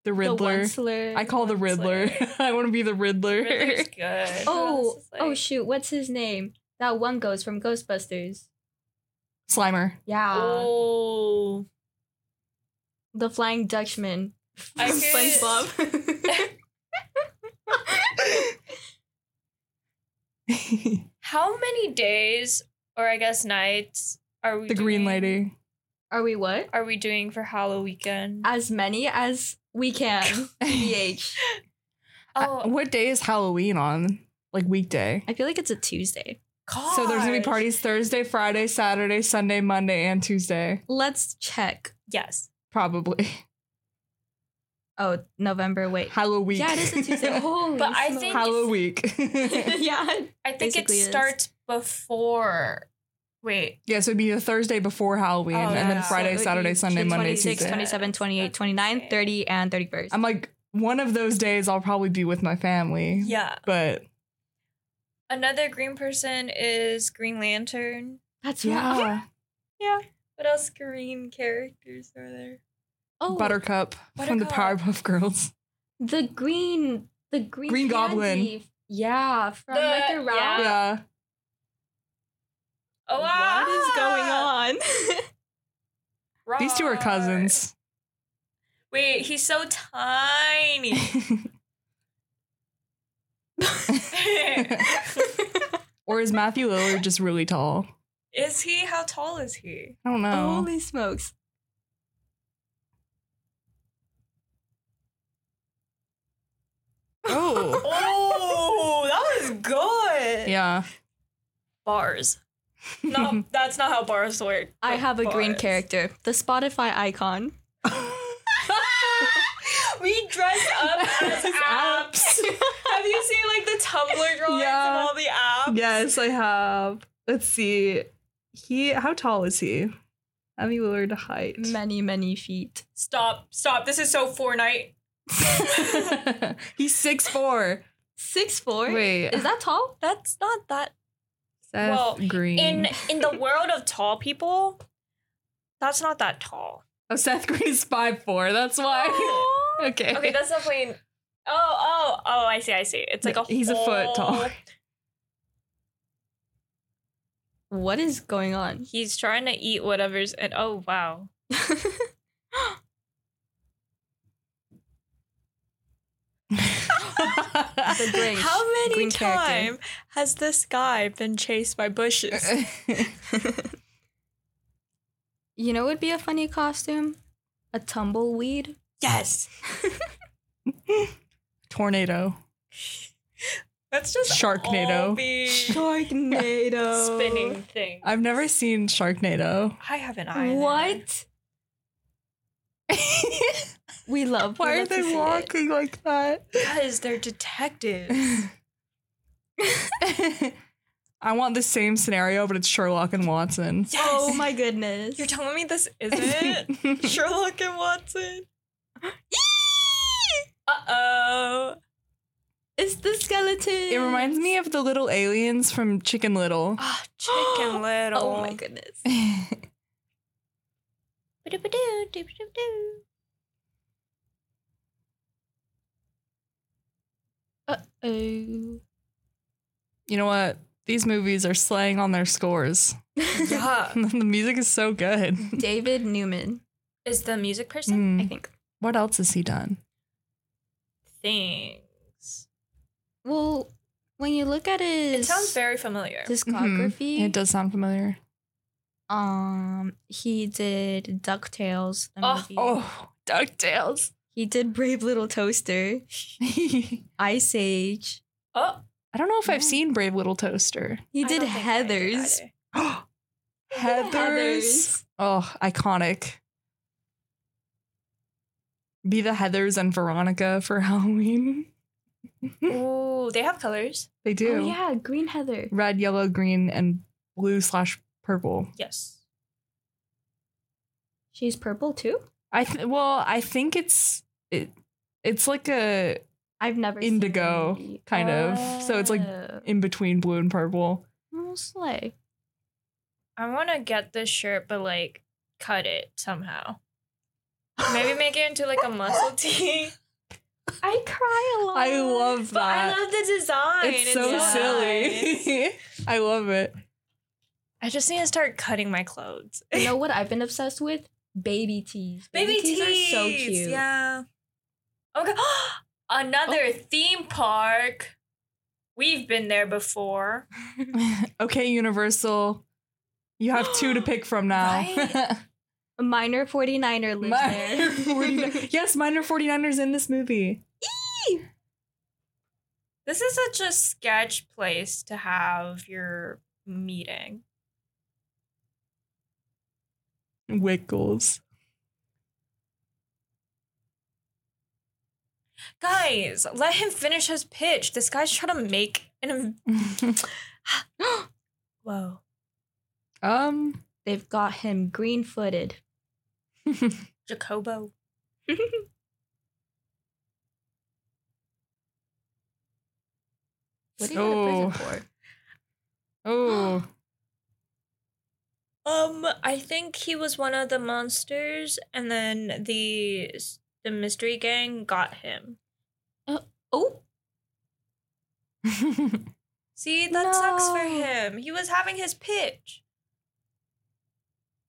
the Riddler.
The Onceler.
I call the Riddler. I want to be the Riddler.
Riddler's good.
Oh,
This is like-
oh shoot! What's his name? That one ghost from Ghostbusters.
Slimer.
Yeah,
Oh.
the Flying Dutchman.
I
from
could-
SpongeBob.
the
How many days, or I guess nights, are we
Green
doing-
Lady.
Are we what?
Are we doing for Halloween weekend?
As many as we can. BH. Oh.
Uh,
Oh,
What day is Halloween on? Like weekday.
I feel like it's a Tuesday.
gosh.
So there's gonna be parties Thursday, Friday, Saturday, Sunday, Monday, and Tuesday.
Let's check.
Yes.
Probably.
Oh, November. Wait.
Halloween.
Yeah, it is a Tuesday. Holy
But I
smokes.
think-
Halloween.
yeah.
I think it
Basically is.
starts before. Wait.
yeah, so it'd be the Thursday before Halloween,
Oh,
and
yeah.
then Friday,
So it would
Saturday,
be
Sunday,
the
Monday,
26,
Tuesday.
27, 28, 29, 30, and 31st.
I'm like, one of those days I'll probably be with my family.
Yeah.
But
Another green person is Green Lantern.
That's right.
yeah, Yeah.
What else green characters are there?
Oh,
Buttercup, from the
Buttercup.
Powerpuff Girls.
the green, the green,
Green Goblin.
candy. Yeah, from
The-
like the round.
yeah.
Yeah.
Oh,
What is going
ah!
on?
These two are
Rawr.
cousins.
Wait, he's so tiny.
or is Matthew Lillard just really tall?
is he? How tall is he?
I don't know.
Holy smokes!
Oh.
Oh, that was good.
yeah.
Bars. No, that's not how bars work.
I have a green
Bars.
character, the Spotify icon.
we dress up as
As
apps. have you seen like the Tumblr drawings
Yeah.
of all the apps?
yes, I have. Let's see. He how tall is he? Matthew Lillard height.
Many, many feet.
Stop, stop. This is so Fortnite.
He's six four.
Six four.
Wait.
Is that tall?
That's not that
Seth
well,
Green.
in in the world of tall people. That's not that tall.
oh, Seth Green is five four. That's why. okay.
okay, that's definitely. Oh, oh, oh! I see, I see. It's like a.
He's a foot tall.
whole-
What is going on?
He's trying to eat whatever's and oh wow.
The Grinch.
How many
Green character.
time has this guy been chased by bushes?
You know, what would be a funny costume. A tumbleweed.
yes.
Tornado.
That's just
Sharknado.
all be
Sharknado.
spinning thing.
I've never seen Sharknado.
I have an eye.
What? We love. we
Why are
love to see
they
it.
walking like that?
Because they're detectives.
I want the same scenario, but it's Sherlock and Watson.
Yes.
Oh my goodness.
You're telling me this isn't Sherlock and Watson? uh oh.
it's the skeleton.
it reminds me of the little aliens from Chicken Little.
Ah, Chicken Little.
Oh my goodness. Uh oh.
you know what? These movies are slaying on their scores.
Yeah.
the music is so good.
David Newman,
Is the music person?
Hmm.
I think.
What else has he done?
Things.
Well, when you look at his
It sounds very familiar.
discography,
Mm-hmm. It does sound familiar.
um, he did DuckTales. the
Oh,
movie.
Oh, DuckTales.
He did Brave Little Toaster,
I
Ice Age.
Oh,
don't know if
Yeah.
I've seen Brave Little Toaster.
He
I
did
don't think I did
Heathers.
either.
Heathers.
Heathers.
Oh, iconic. Be the Heathers and Veronica for Halloween.
Ooh, they have colors.
They do.
Oh yeah, Green Heather.
Red, yellow, green, and blue slash purple.
Yes.
She's purple too.
I th- well, I think it's it, it's like a
I've never seen
Indigo,
that movie.
kind of. So it's like-
Oh.
in between blue and purple.
Oh, slay.
I want to get this shirt, but like cut it somehow. Maybe make it into like a muscle tee.
I cry a lot.
I love
But I
that.
love the design.
it's so
so
nice.
silly. I love it.
I just need to start cutting my clothes.
You know what I've been obsessed with? Baby tees.
Baby tees,
are so cute.
Yeah. Okay. Another
Oh.
theme park. We've been there before.
okay, Universal. You have two to pick from now.
Right?
A minor 49er lives
Minor
there.
49 yes, minor 49ers in this movie.
This is such a sketch place to have your meeting.
Wiggles.
Guys, let him finish his pitch. This guy's trying to make an. Whoa.
um,
They've got him green footed.
Jacobo.
What are you
Oh.
in prison for?
oh,
Oh, Um, I think he was one of the monsters, and then the the mystery gang got him.
Oh,
See, that sucks for
No.
him. He was having his pitch.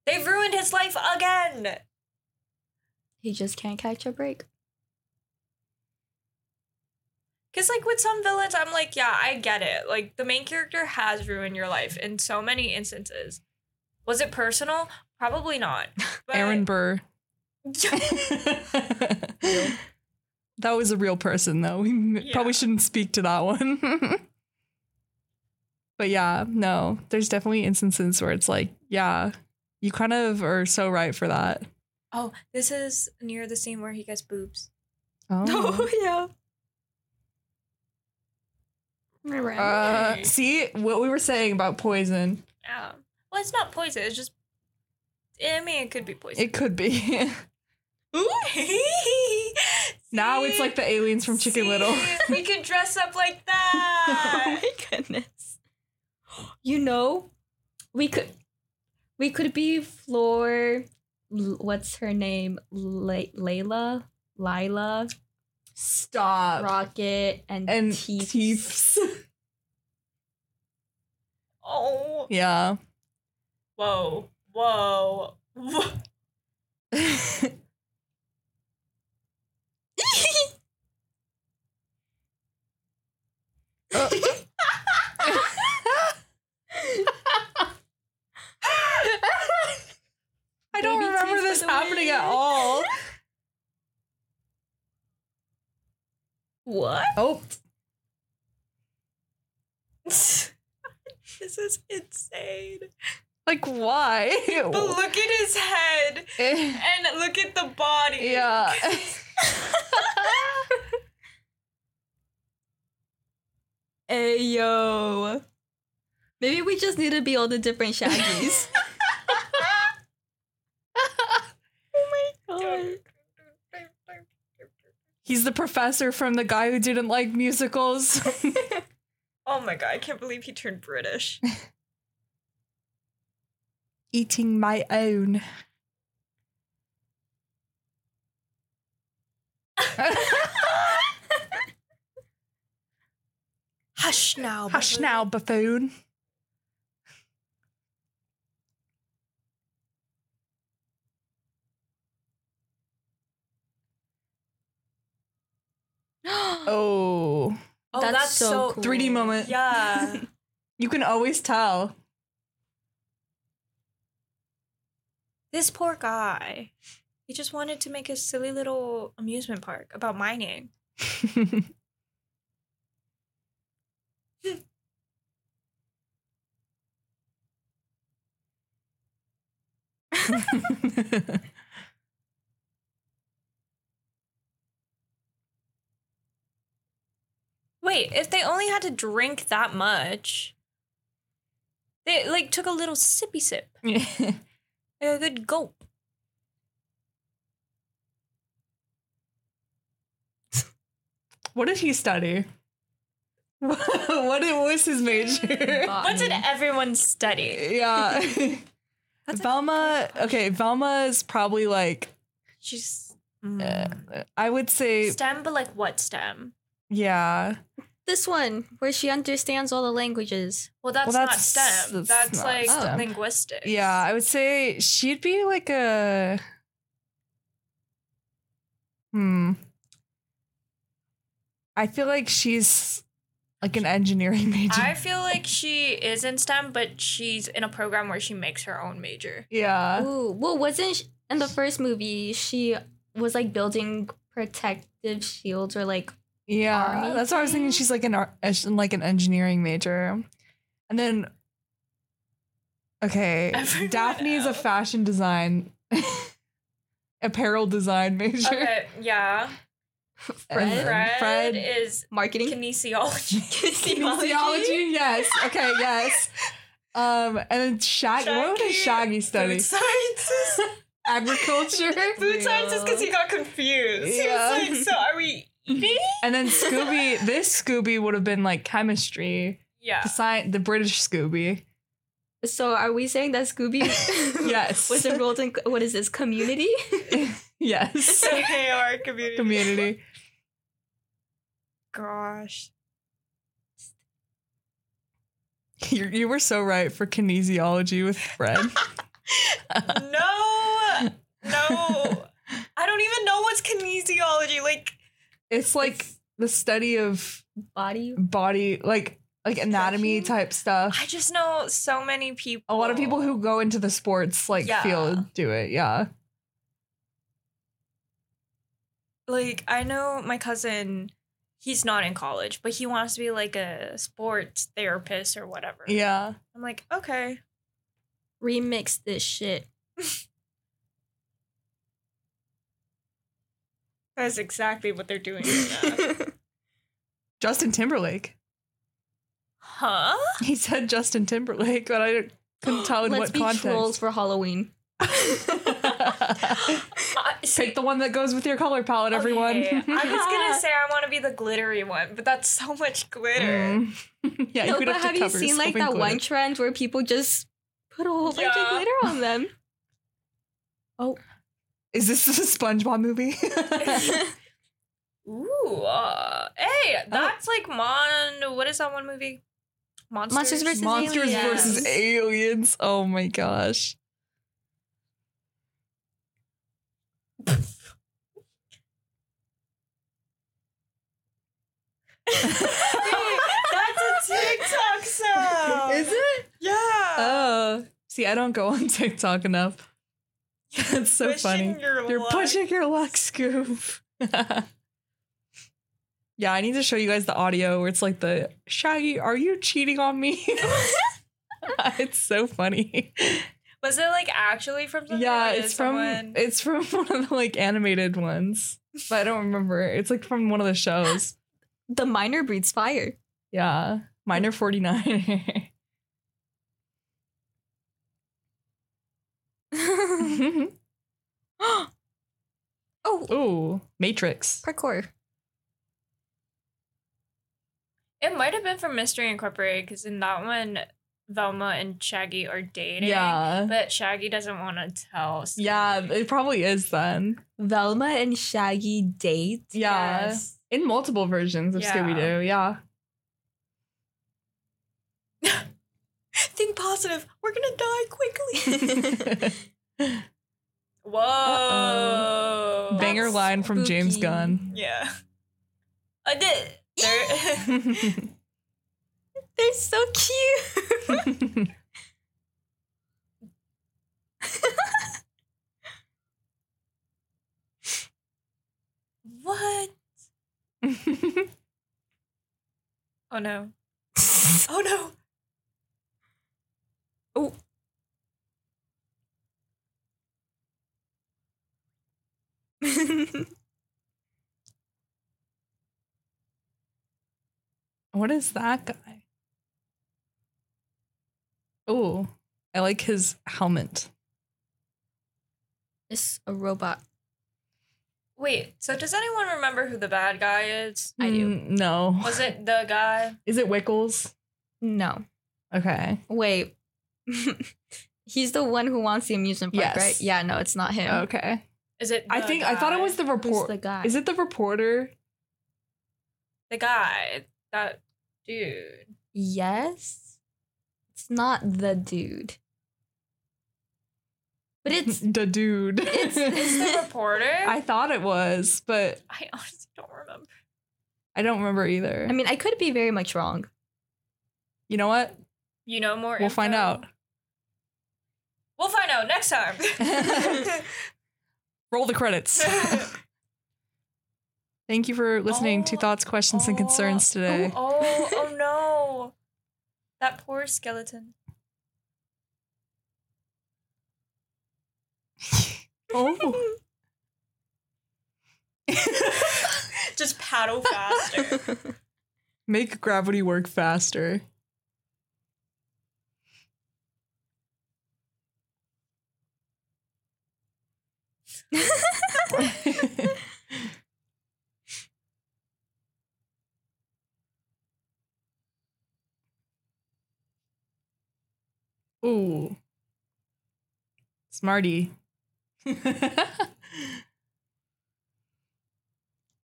They've ruined his life again.
he just can't catch a break.
Cause like with some villains, I'm like, yeah, I get it. Like the main character has ruined your life in so many instances. Was it personal? Probably not. But
Aaron Burr. that was a real person, though. We m
Yeah.
probably shouldn't speak to that one. but yeah, no, there's definitely instances where it's like, yeah, you kind of are so right for that.
oh, this is near the scene where he gets boobs.
Oh.
yeah. Right.
Uh, see what we were saying about poison.
Yeah. Well, it's not poison. It's just. I mean, it could be poison.
It could be.
Ooh.
now it's
See?
like the aliens from Chicken
See?
Little.
we could dress up like
oh
that.
my goodness. You know, we could we could be Floor L- what's her name? Lay Layla, Lila,
Stop.
Rocket, Uh, and,
and
Teeps.
teeps.
oh.
yeah.
Whoa. Whoa. Whoa.
I don't
Baby
remember
teeth
this
for the
happening at
win.
all.
What?
Oh,
this is insane.
like why? Eh,
But look at his head and look at the body.
yeah.
Ayo. Maybe we just need to be all the different Shaggies. oh
He's the professor from the guy who didn't like musicals.
Oh my god, I can't believe he turned British.
Eating my own.
Hush now.
Hush now, buffoon.
my god.
Oh.
Oh, that's,
That's
so,
so
cool.
3D moment.
Yeah.
You can always tell.
this poor guy. He just wanted to make a silly little amusement park about mining. Wait, if they only had to drink that much, they like took a little sippy sip, like a good gulp.
what did he study? what it was his major?
What did
Botany.
everyone study?
yeah.
That's a
Velma,
good question.
okay, Velma is probably like,
She's
uh,
mm.
I would say,
STEM, but like what STEM?
yeah.
This one where she understands all the languages.
Well, that's,
that's-
not STEM.
that's
That's,
not
like
STEM.
linguistics.
Yeah, I would say she'd be like a. Hmm. I feel like she's like an engineering major.
I feel like she is in STEM, but she's in a program where she makes her own major.
yeah.
Ooh, well, wasn't sh in the first movie she was like building protective shields or like
Yeah.
Army
That's what I was thinking.
thing?
She's like an ar- as- like an engineering major. And then okay,
Everyone
Daphne is a
else.
fashion design apparel design major.
Okay, yeah.
And
Fred?
Fred,
Fred
is
marketing.
kinesiology.
Kinesiology, yes. Okay, yes. Um, and then Shaggy. What would a Shaggy study?
Food sciences.
Agriculture.
Food sciences because he got confused.
Yeah.
He was like, so are we eating?
And then Scooby. This Scooby would have been like chemistry.
Yeah.
The sci- the British Scooby.
So are we saying that Scooby
Yes.
was enrolled in what is this community?
yes.
AR community.
Community.
Gosh.
You, you were so right for kinesiology with Fred.
No. No. I don't even know what's kinesiology. Like
It's like the study of
Body
body, like like anatomy
Stretching?
type stuff.
I just know so many people.
A lot of people who go into the sports like
Yeah.
field do it. Yeah.
like I know my cousin, he's not in college, but he wants to be like a sports therapist or whatever.
Yeah.
I'm like, okay.
remix this shit.
That's exactly what they're doing. right now.
Justin Timberlake.
huh?
He said Justin Timberlake, but I don't- couldn't tell in
Let's
what
be trolls
context.
for Halloween.
I- see,
Pick the one that goes with your color
Oh,
palette, everyone.
okay, I was gonna say I want to be the glittery one, but that's so much glitter.
Mm. yeah,
no,
you could
but
have, to
have you
cover
seen
yourself
like
in
that one
glitter.
trend where people just put a whole bunch of
Yeah.
glitter on them?
Is this the SpongeBob movie?
Ooh, uh,
Oh.
hey, that's like Mon. What is that one movie? Monsters,
versus
Monsters
aliens.
versus aliens. Oh my gosh.
Hey, that's a TikTok sound.
it?
Yeah.
Oh, see, I don't go on TikTok enough. That's so
Pushing
funny.
Your
You're
luck.
pushing your luck, Scoop. yeah, I need to show you guys the audio where it's like the Shaggy, are you cheating on me? it's so funny.
Was it like actually from? Something
yeah,
or did
it's from
someone-
it's from one of the like animated ones, but I don't remember. It's like from one of the shows.
the minor breeds fire.
Yeah, minor forty nine.
Oh,
Ooh, Matrix.
parkour.
It might have been from Mystery Incorporated because in that one, Velma and Shaggy are dating.
Yeah,
But Shaggy doesn't want to tell. Scooby.
yeah, it probably is then.
Velma and Shaggy date.
Yeah.
Yes.
In multiple versions of
Yeah.
Scooby Doo, yeah.
Think positive. We're gonna die quickly. Whoa.
Uh-oh. Banger
That's
line from James
spooky.
Gunn.
Yeah. I did. There-
They're so cute.
what? Oh no. Oh no.
what is that guy? Oh, I like his helmet.
it's a robot.
Wait. So does anyone remember who the bad guy is?
I do.
Mm, No.
Was it the guy?
Is it Wickles?
No.
Okay.
Wait. He's the one who wants the amusement park,
Yes.
right? Yeah, no, it's not him.
Okay.
Is it?
I
the
think I thought it
guy?
was the
Who's
report.
the guy?
Is it the reporter?
the guy. That dude.
Yes. It's not the dude. But it's
the dude.
It's- it's-
Is the reporter?
I thought it was, but
I honestly don't remember.
I don't remember either.
I mean, I could be very much wrong.
you know what?
You know more.
We'll find
info?
out.
We'll find out next time.
Roll the credits. Thank you for listening to
Oh,
Thoughts, Questions, and Concerns today.
oh, oh no. That poor skeleton.
Oh. Oh.
Just paddle faster.
Make gravity work faster. Ooh. Smarty.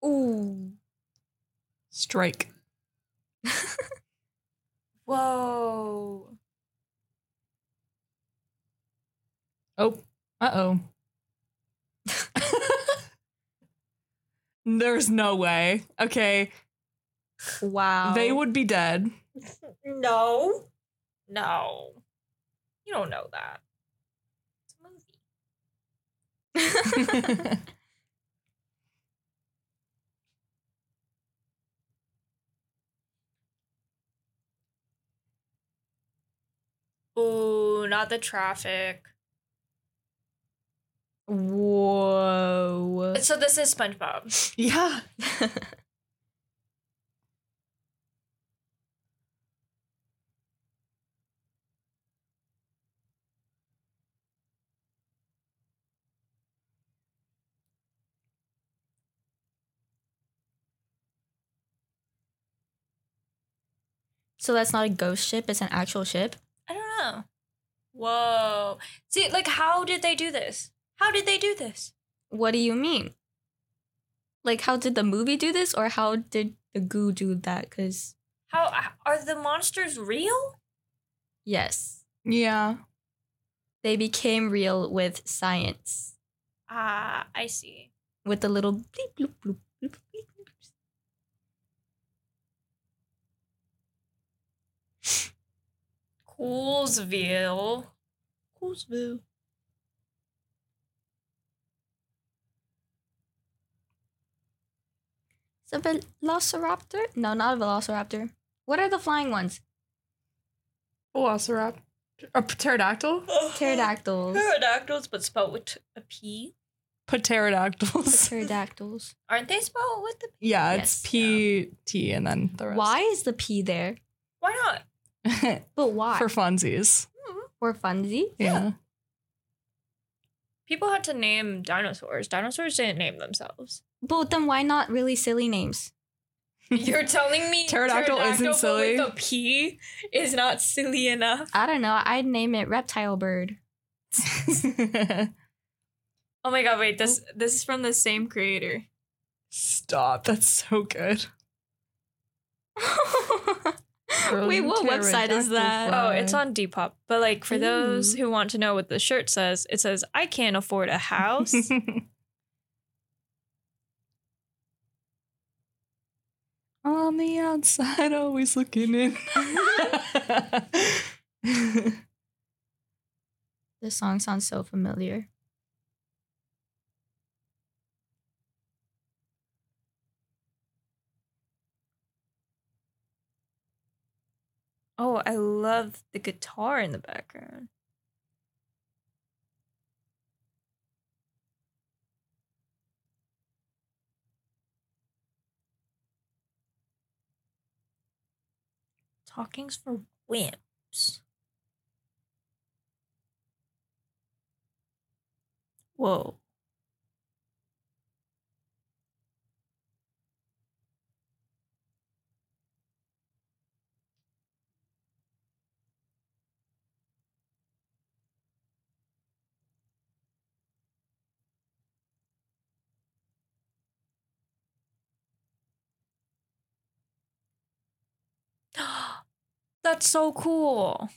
Ooh.
Strike.
Whoa.
Oh. Uh oh. There's no way. Okay.
Wow.
They would be dead.
No. No. You don't know that. It's a movie. Ooh, not the traffic.
Whoa.
So this is SpongeBob.
yeah.
so that's not a ghost ship, it's an actual ship.
I don't know. Whoa. See, like, how did they do this? How did they do this?
What do you mean? Like, how did the movie do this, or how did the goo do that? Because,
How are the monsters real?
yes,
Yeah.
they became real with science,
Ah, I see.
with the little bleep, bloop, bloop, bloop, bleep, bloops.
Coolsville. Coolsville.
It's a velociraptor? No, not a velociraptor. What are the flying ones?
Velociraptor. A pterodactyl?
Pterodactyls.
Pterodactyls, but spelled with a P.
Pterodactyls.
Pterodactyls.
Aren't they spelled with a P?
Yeah,
Yes.
it's P T and then the rest.
Why is the P there?
Why not?
But why?
For funsies.
For funsies?
Yeah.
People had to name dinosaurs. Dinosaurs didn't name themselves.
But then why not really silly names?
You're telling me
Pterodactyl isn't
but
silly?
With a P is not silly enough.
I don't know. I'd name it reptile bird.
Oh my god! Wait, this this is from the same creator.
Stop. That's so good.
Wait, what website is that?
Oh,
Why?
it's on Depop. But like for those who want to know what the shirt says, it says, "I can't afford a house."
on the outside, always looking in.
This song sounds so familiar.
oh, I love the guitar in the background. Talking's for wimps. Whoa. That's so cool.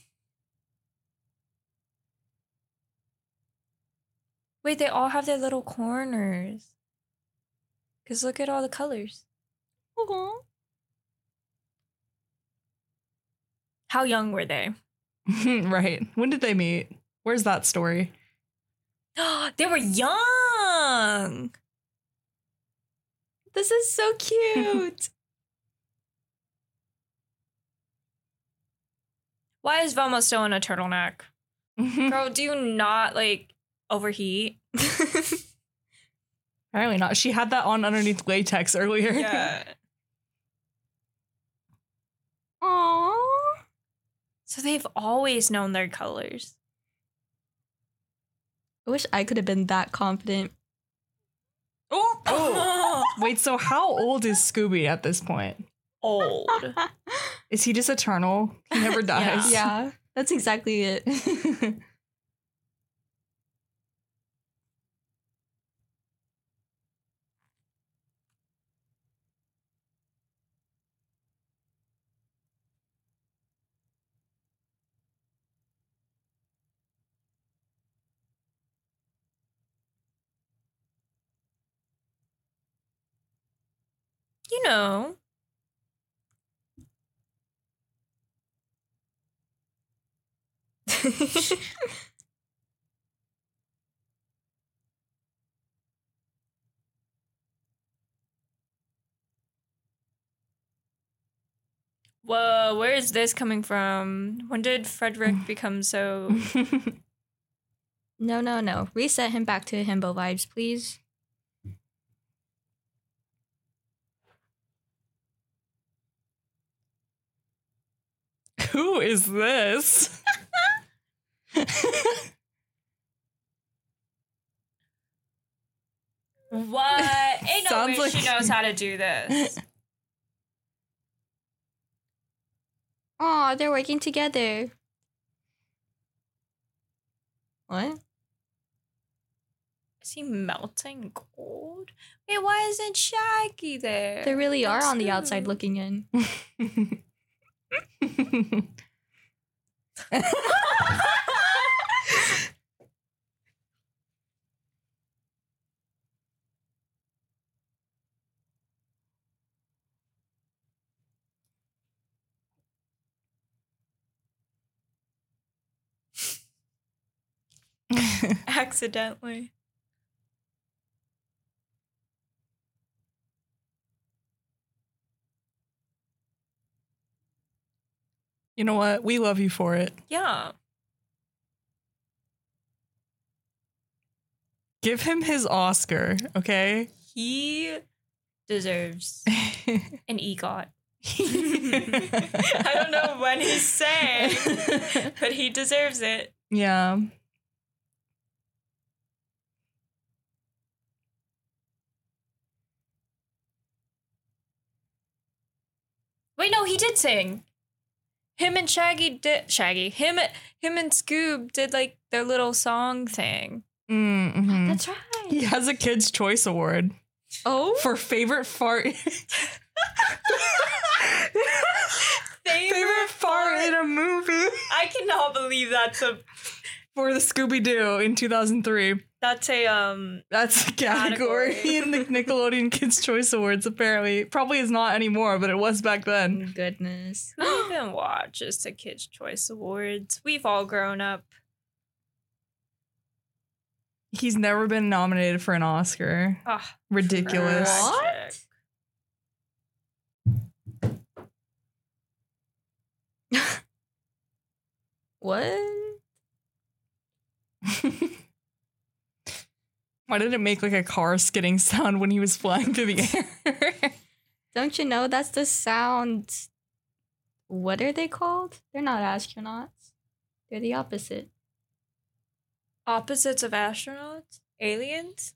Wait, they all have their little corners. Cause look at all the colors. How young were they?
right. When did they meet? Where's that story?
they were young.
This is so cute.
Why is Velma still in a turtleneck? Girl, do you not like overheat?
Apparently not. She had that on underneath latex earlier.
Aww.
So they've always known their colors.
I wish I could have been that confident.
Oh,
Wait, so how old is Scooby at this point?
old.
Is he just eternal? He never
Yeah.
dies.
yeah. That's exactly it.
You know. Whoa, where is this coming from? When did Frederick become so
no, no, no. Reset him back to himbo vibes, please.
Who is this?
What? Ain't no
Sounds
way she
like-
knows how to do this.
Aw, they're working together. What?
Is he melting gold? Wait, why isn't Shaggy there?
They really are on the outside
Too.
looking in.
Accidentally.
you know what? We love you for it.
Yeah.
Give him his Oscar, okay?
He deserves an EGOT. I
I
don't know what he's saying, but he deserves it.
Yeah.
Wait, no, he did sing. Him and Shaggy did Shaggy. Him him and Scoob did like their little song thing.
Mm-hmm.
That's right.
He has a Kids' Choice Award
Oh,
for favorite fart. favorite fart in a movie
I cannot believe that's a
for the Scooby Doo in 2003.
that's a um
That's a category,
Category.
in the Nickelodeon Kids' Choice Awards, apparently. Probably is not anymore, but it was back then.
goodness.
who even watches the Kids Choice Awards? We've all grown up.
He's never been nominated for an Oscar.
Ah,
Ridiculous.
tragic.
What? What?
Why did it make like a car skidding sound when he was flying through the air?
Don't you know that's the sound? What are they called? They're not astronauts. They're the opposite.
Opposites of astronauts? Aliens?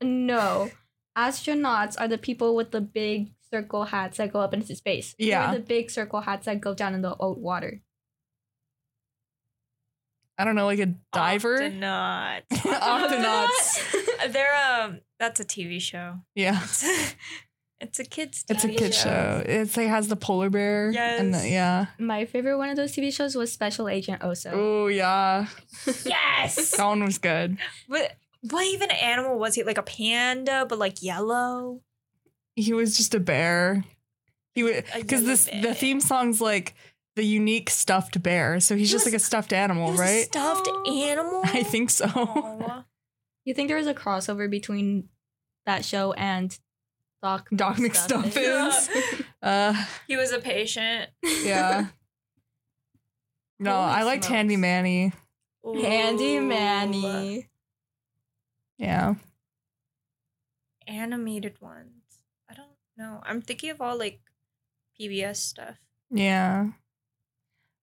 No, astronauts are the people with the big circle hats that go up into space. They're
Yeah.
the big circle hats that go down in the oat water.
I don't know, like a diver?
Octonauts.
Octonauts.
They're um that's a TV show.
Yeah.
it's a kids
It's a
TV
kid show. It's like has the polar bear. And the,
Yes.
yeah.
My favorite one of those TV shows was Special Agent Oso.
Oh yeah.
Yes.
That one was good.
What what even animal was he? Like a panda, but like yellow.
He was just a bear. He was
A
because
yellow
this the
bear.
theme song's like the unique stuffed bear. So he's
He
just
was-
like a stuffed
He
animal,
was a
right?
stuffed
Oh.
animal.
I think so.
Aw.
You think there was a crossover between that show and Doc
Doc McStuffins. Uh
he was a patient.
yeah. No,
Holy
I liked
smokes.
Handy Manny.
Handy
Ooh.
Manny.
Yeah.
Animated ones. I don't know. I'm thinking of all like PBS stuff.
Yeah.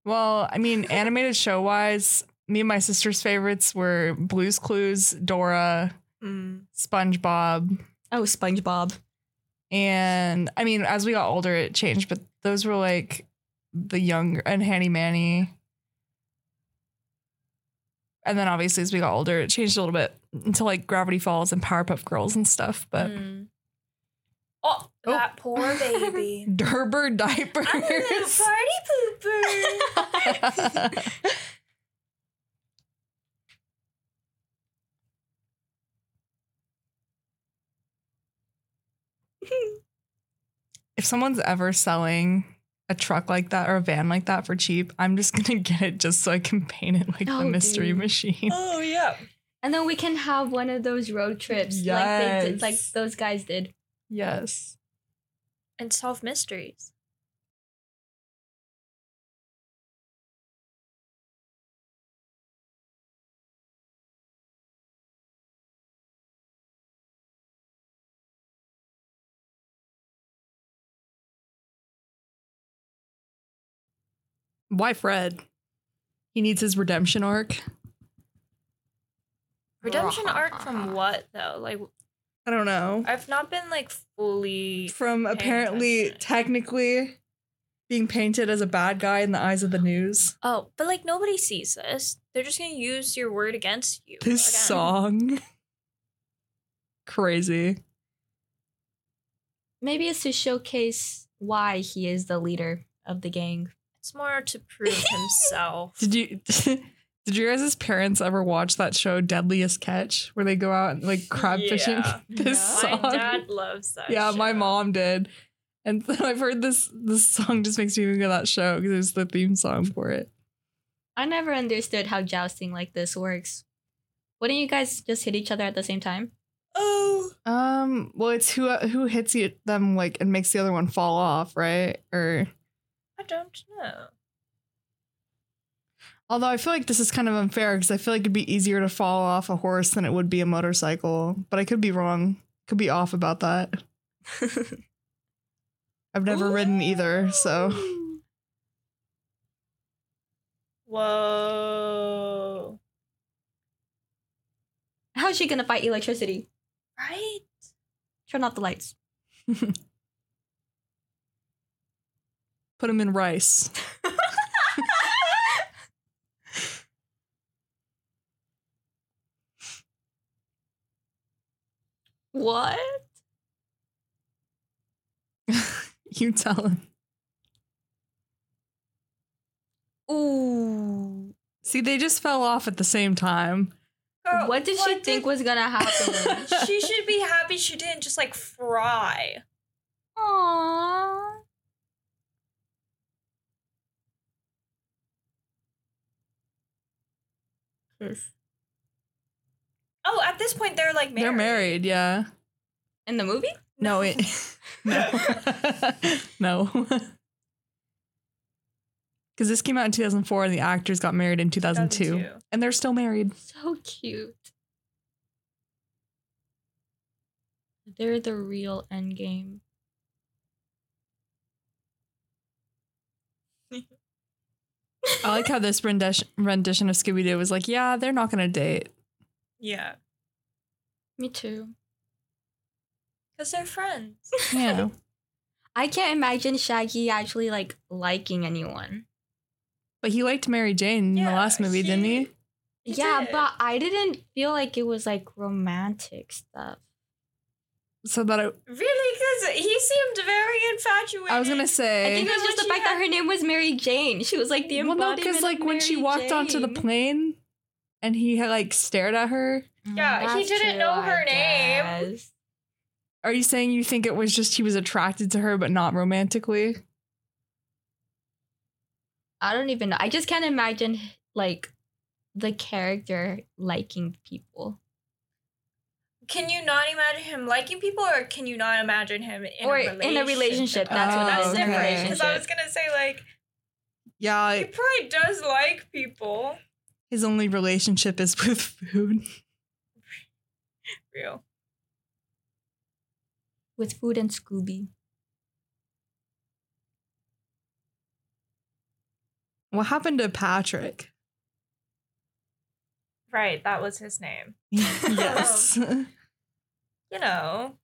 Well, I mean, animated show wise, me and my sister's favorites were Blues Clues, Dora,
Mm.
SpongeBob,
Oh, SpongeBob.
and I mean, as we got older, it changed. But those were like the younger and Handy Manny. And then obviously as we got older, it changed a little bit into like Gravity Falls and Powerpuff Girls and stuff. But
Mm. Oh,
Oh.
that poor baby.
Derber
I'm a little
diapers.
party pooper.
if someone's ever selling a truck like that or a van like that for cheap, I'm just gonna get it just so I can paint it like
Oh,
the mystery
dude.
machine.
oh yeah.
And then we can have one of those road trips like they did, like
Yes.
those guys did.
Yes.
And solve mysteries.
Why Fred? He needs his redemption arc.
Redemption arc from what though? Like
I don't know.
I've not been like fully.
From
Paying
apparently
attention.
technically being painted as a bad guy in the eyes of the news.
Oh, but like nobody sees this. They're just gonna use your word against you.
This
again.
song. Crazy.
Maybe it's to showcase why he is the leader of the gang.
It's more to prove himself.
Did you did your guys' parents ever watch that show Deadliest Catch where they go out and like crab fishing?
Yeah. My
This song.
dad loves that.
yeah, my
show.
mom did. And so I've heard this this song just makes me think of that show because it's the theme song for it.
I never understood how jousting like this works. Wouldn't you guys just hit each other at the same time?
Oh.
Um, well, it's who who hits you, them like and makes the other one fall off, right? Or
I don't know.
although I feel like this is kind of unfair because I feel like it'd be easier to fall off a horse than it would be a motorcycle. But I could be wrong. Could be off about that. I've never ridden either, so
Whoa.
How's she gonna fight electricity?
Right?
Turn off the lights.
put them in rice.
What?
You tell him.
Ooh.
See, they just fell off at the same time.
Girl,
what did she think was gonna happen?
she should be happy she didn't just like fry.
Aww.
Oh, at this point they're like married.
They're married, yeah.
In the movie?
No, it. no. no. Because this came out in 2004 and the actors got married in 2002.
2002.
And they're still married.
So cute. They're the real end game.
I like how this rendition, rendition of Scooby Doo was like, yeah, they're not going to date.
Yeah.
Me too.
Because they're friends.
Yeah.
I can't imagine Shaggy actually like liking anyone.
but he liked Mary Jane in the
Yeah,
last movie, didn't he?
he- He
yeah,
did.
but I didn't feel like it was like romantic stuff.
So that I,
Really? Because he seemed very infatuated.
I was going to
I
say.
think it was
Even
just the
when she
fact that her name was Mary Jane. She was like the
well,
embodiment.
no, because like
of
when she
Mary
walked onto the
Jane.
plane and he had like stared at her,
Mm,
Yeah, he
that's
didn't
true,
know
I
her name.
guess.
are you saying you think it was just he was attracted to her but not romantically?
I don't even know. I just can't imagine like the character liking people.
Can you not imagine him liking people, or can you not imagine him in
or
a relationship?
in a relationship. That's what
Oh,
that
That's
is.
okay.
In a
different. Because I
relationship.
was gonna say like
Yeah,
he
I-
probably does like people.
his only relationship is with food.
Real.
With food and Scooby.
What happened to Patrick?
Right. That was his name.
yes.
You know.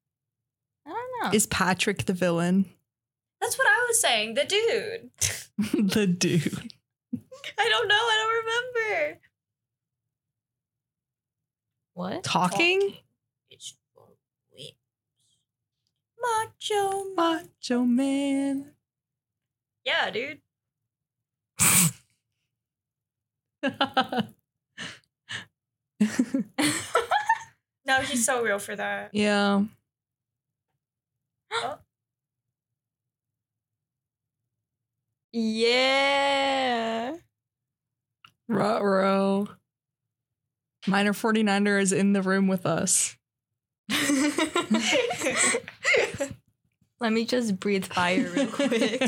I don't know.
Is Patrick the villain?
That's what I was saying. The dude.
the dude.
I don't know. I don't remember.
What?
Talking?
It's for wimps. Macho man.
Macho man.
Yeah, dude.
No, he's so real for that.
yeah.
Yeah.
Ruh-roh. Minor 49er is in the room with us.
Let me just breathe fire real quick.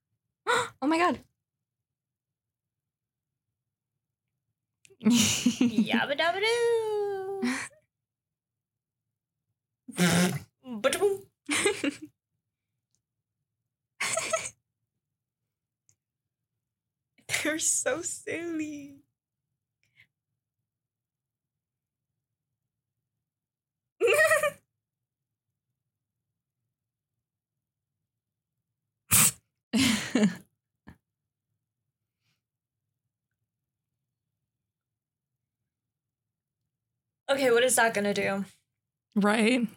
oh my god.
Yabba dabba doo. Ba-da-boom. They're so silly.
Okay, what is that gonna do?
right?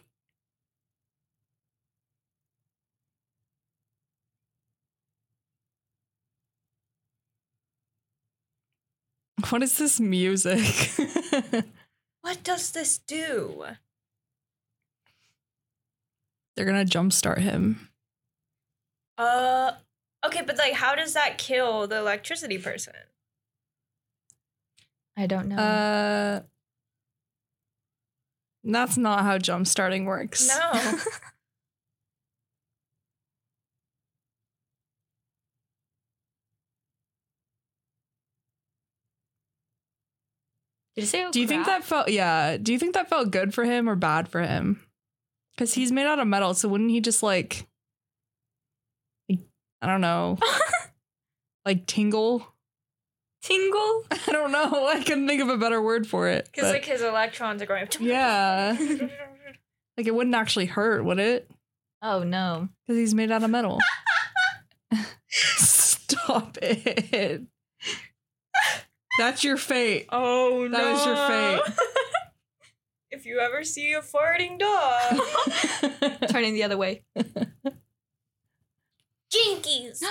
What is this music?
What does this do?
They're gonna jumpstart him.
Uh, okay, but like, how does that kill the electricity person?
I don't know.
Uh, that's not how jump starting works.
No.
Did you say?
Do you think that felt yeah? Do you think that felt good for him or bad for him? Because he's made out of metal, so wouldn't he just like, I don't know, like tingle?
tingle?
I don't know. I couldn't think of a better word for it.
Because
but-
like his electrons are going.
yeah, like it wouldn't actually hurt, would it?
Oh no.
Because he's made out of metal. Stop it. That's your fate.
Oh no!
That was your
if you ever see a farting dog,
Turning the other way.
Jinkies.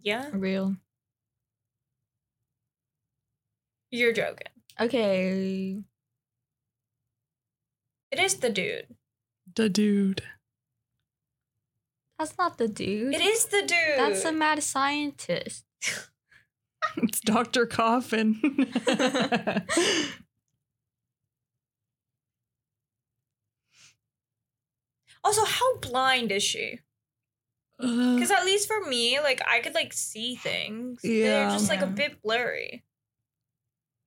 yeah,
Real.
you're joking.
Okay.
It is the dude.
the dude.
That's not the dude.
It is the dude.
Mm. That's a mad scientist.
It's Dr. Coffin. Uh,
also how blind is she? Because at least for me, like I could like see things.
Yeah.
They're just like
Yeah.
a bit blurry.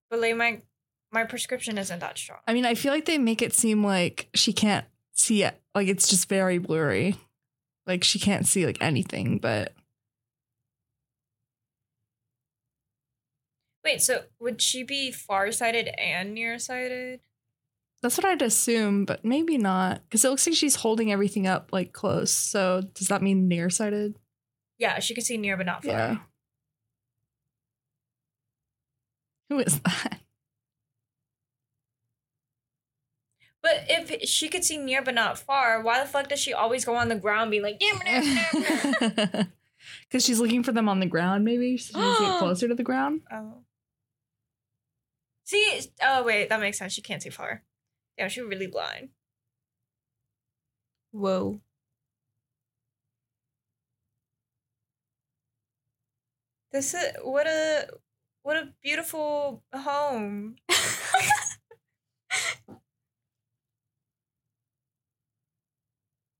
But like my my prescription isn't that strong.
I mean, I feel like they make it seem like she can't see it. Like it's just very blurry. Like she can't see like anything, but
Wait, so would she be farsighted and nearsighted?
that's what I'd assume, but maybe not. Because it looks like she's holding everything up like close. So does that mean nearsighted?
Yeah, she could see near but not far.
Yeah. Who is that?
But if she could see near but not far, why the fuck does she always go on the ground being like, "Yammer, yammer, yammer?"
Because she's looking for them on the ground, maybe. She needs to get closer to the ground.
Oh. See, oh wait, that makes sense. She can't see far. Damn, she's really blind.
Whoa.
This is what a what a beautiful home.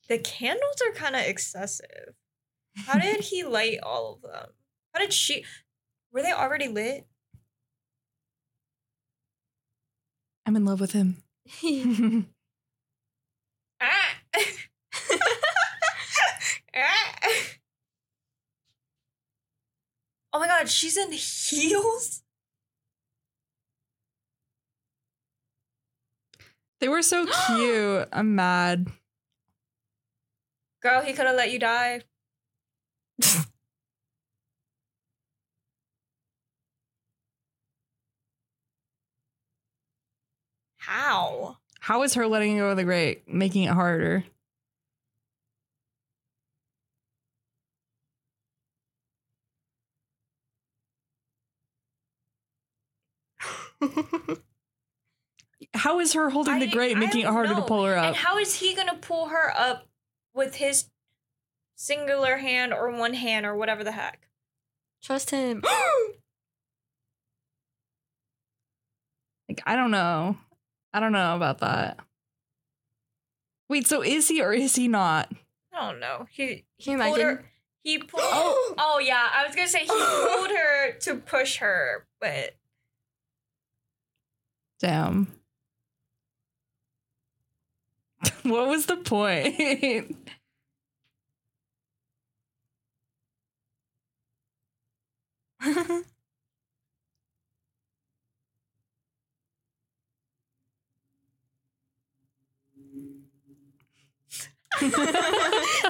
the candles are kind of excessive. How did he light all of them? How did she? Were they already lit?
I'm in love with him.
Ah! Ah! Oh my god, she's in heels?
they were so cute. I'm mad.
Girl, he could have let you die. How?
How is her letting go of the great making it harder? How is her holding the
I-
great
I
making it
don't
harder to
know.
pull her up?
And how is he gonna pull her up with his singular hand or one hand or whatever the heck?
Trust him.
like I don't know. I don't know about that. Wait, so is he or is he not?
I don't know. He
Can you
pulled
imagine?
her. He pulled. Oh, oh yeah. I was gonna say he pulled her to push her, but
Damn. what was the point?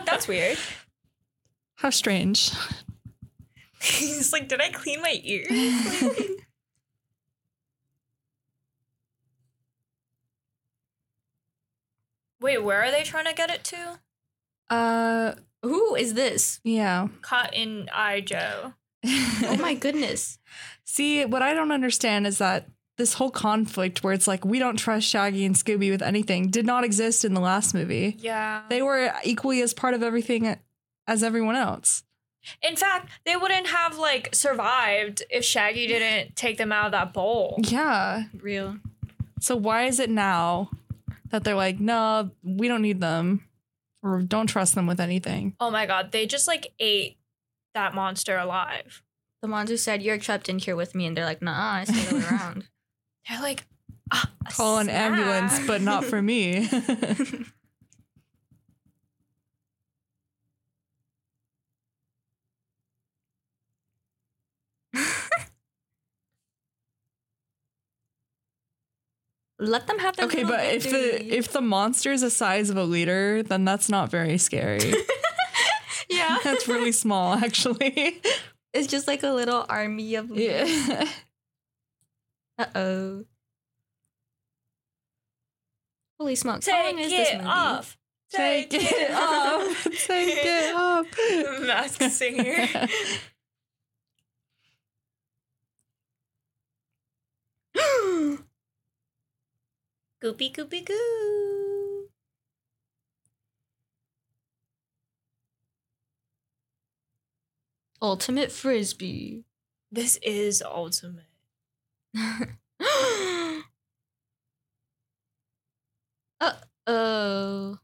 that's weird.
How strange.
He's like, did I clean my ears? Wait, where are they trying to get it to?
Uh,
Who is this?
yeah.
Cotton Eye Joe.
Oh my goodness.
See, what I don't understand is that this whole conflict where it's like we don't trust Shaggy and Scooby with anything did not exist in the last movie.
Yeah.
They were equally as part of everything as everyone else.
In fact, they wouldn't have like survived if Shaggy didn't take them out of that bowl.
Yeah.
Real.
So why is it now that they're like, no, we don't need them or don't trust them with anything?
Oh my god, they just like ate that monster alive.
The monster said, You're trapped in here with me. And they're like, Nah, I stayed all around.
They're like, ah, a
Call an
snack.
ambulance, but not for me.
Let them have their
okay,
little
but if
victory.
the if the monster is the size of a liter, then that's not very scary.
yeah,
that's really small, actually.
it's just like a little army of leaders.
Yeah.
Uh oh. Holy smokes! How
Take
long is this
it
movie?
off.
Take it off. Take it off.
Mask singer. Goopy goopy goo.
Ultimate frisbee.
This is ultimate.
uh oh.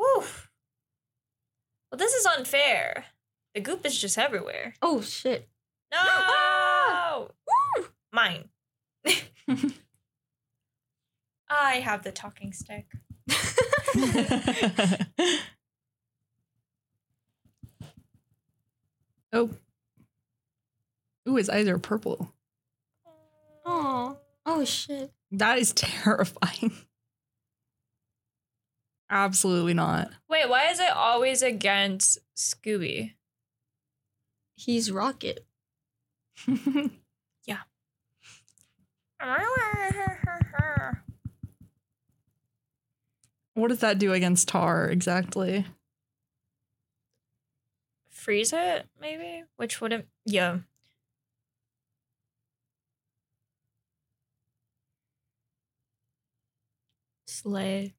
Oof. Well, this is unfair. The goop is just everywhere.
oh shit.
No! Mine. I have the talking stick.
oh. Ooh, his eyes are purple.
Oh. Oh shit.
That is terrifying. Absolutely not.
Wait, why is it always against Scooby?
He's Rocket.
what does that do against tar exactly?
Freeze it, maybe? Which wouldn't. Yeah.
Slay.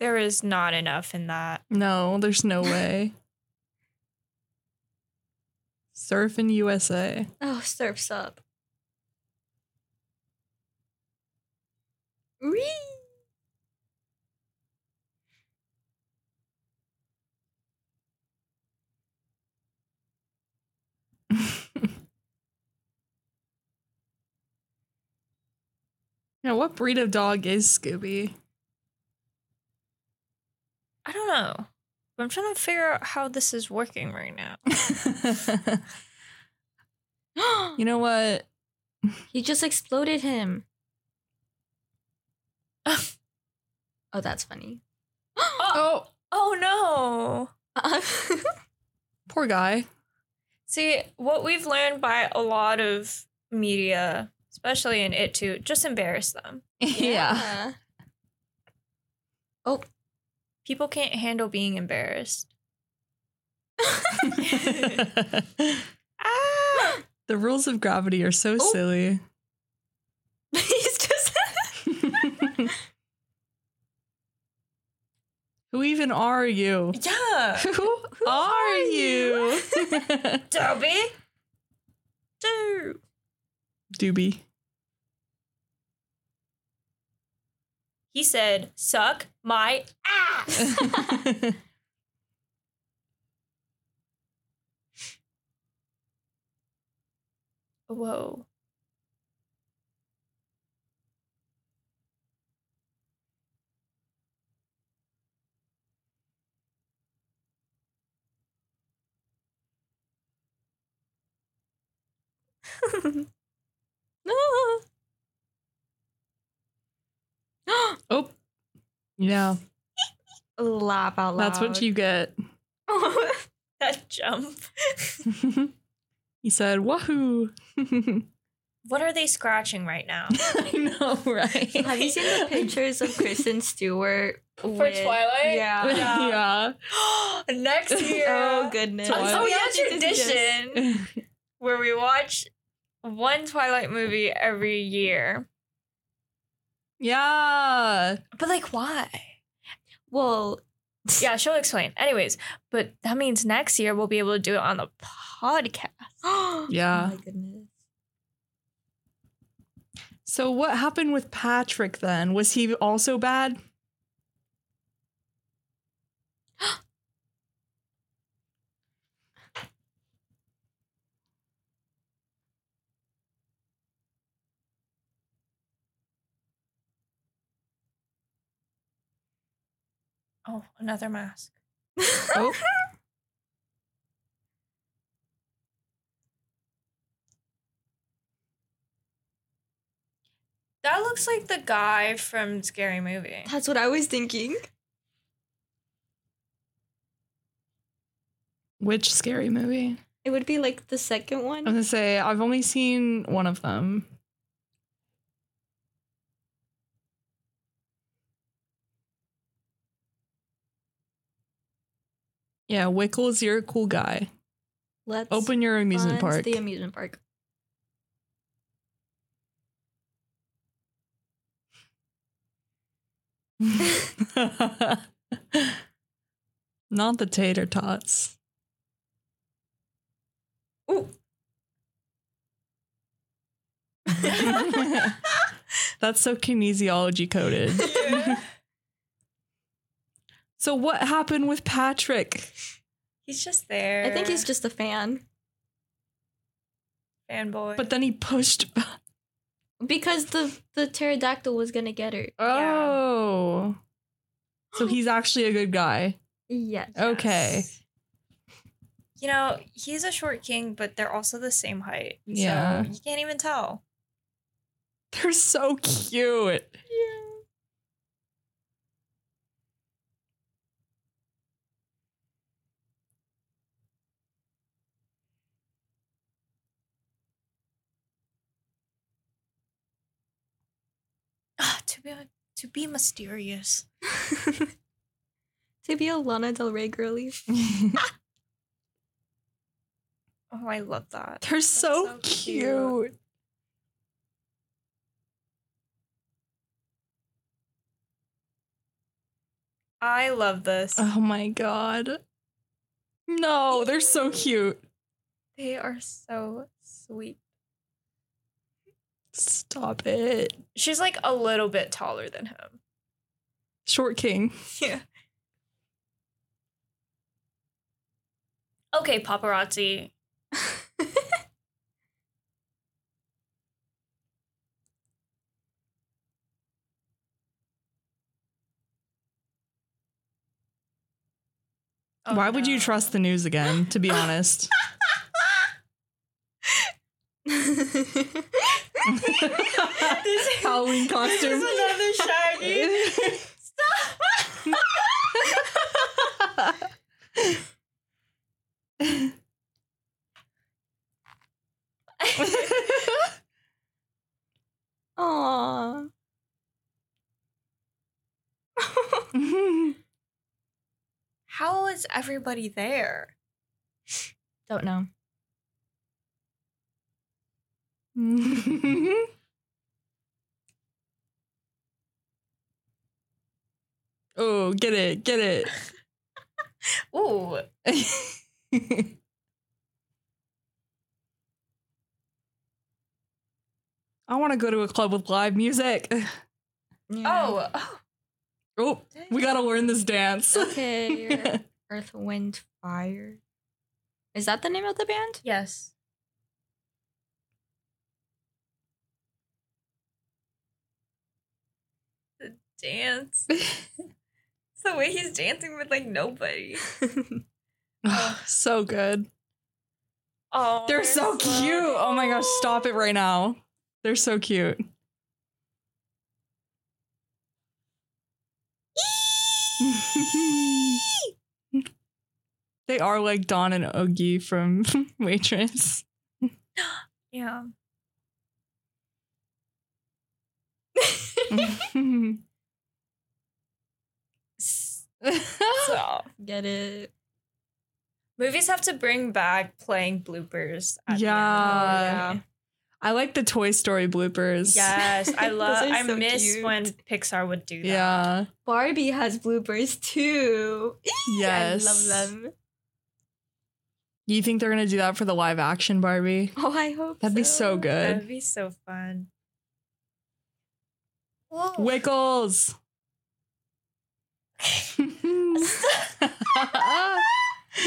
There is not enough in that.
no, there's no way. Surf in USA.
Oh, surfs up. Whee!
Now, what breed of dog is Scooby?
I don't know. I'm trying to figure out how this is working right now.
you know what?
He just exploded him. oh, that's funny.
Oh,
Oh no.
poor guy.
See, what we've learned by a lot of media, especially in it too, just embarrass them. People can't handle being embarrassed.
Ah!
the rules of gravity are so
Oh.
silly.
He's just
Who even are you?
Yeah.
Who, are you?
Dobby. Do.
Doobie.
He said, suck my ass.
Whoa.
no.
oh, yeah.
Laugh out loud.
That's what you get.
that jump.
he said, "Wahoo!" I
What are they scratching right now?
know, right?
Have you seen the pictures of Kristen Stewart
For Twilight?
Yeah.
yeah.
Next year.
Oh goodness.
Twilight.
Oh,
Oh,
yeah,
she did this.
tradition where we watch one Twilight movie every year.
yeah.
But like why?
Well,
Yeah, she'll explain. Anyways, but that means next year we'll be able to do it on the podcast.
Yeah.
Oh my goodness.
So what happened with Patrick then? Was he also bad?
Oh, another mask.
Oh.
That looks like the guy from Scary Movie.
That's what I was thinking.
Which scary movie?
It would be like the second
I'm
one.
gonna say I've only seen one of them. Yeah, Wickles, you're a cool guy.
Let's
Open your amusement
find
park.
The amusement park.
Not the tater tots.
Ooh.
That's so kinesiology coded. so what happened with Patrick?
He's just there.
I think he's just a fan
fanboy.
But then he pushed.
because the the pterodactyl was gonna get her.
Oh. So he's actually a good guy.
Yes.
Okay.
you know, he's a short king, but they're also the same height.
Yeah.
So you can't even tell.
They're so cute.
Ah, to be to be mysterious.
to be a Lana Del Rey girly.
Oh, I love that.
They're so,
so
cute.
cute. I love this.
Oh my god. No, they're so cute.
They are so sweet.
Stop it.
She's like a little bit taller than him.
Short King.
Yeah. Okay, paparazzi.
Oh,
Why would you
no.
trust the news again, to be honest?
this is,
Halloween
this is
costume.
another shaggy.
Aww.
How is everybody there?
Don't know.
oh, get it, get it.
Ooh,
I want to go to a club with live music.
Yeah.
Oh, oh,
Oh, we gotta learn this dance.
Okay. Earth, Wind, Fire. Is that the name of the band?
yes. The dance. it's the way he's dancing with like nobody.
so good.
Oh,
They're so cute. Oh my gosh, stop it right now. They're so cute. they are like Dawn and Oogie from Waitress.
Yeah. So
Get it.
movies have to bring back playing bloopers. at the end.
Yeah.
Oh, yeah.
I like the Toy Story bloopers.
Yes, I
Those
love.
are
I
so
miss
cute.
when Pixar would do that.
Yeah.
Barbie has bloopers too.
Yes.
I love them.
You think they're gonna do that for the live action Barbie?
Oh, I hope
That'd be so good.
That'd be so fun.
Wickles.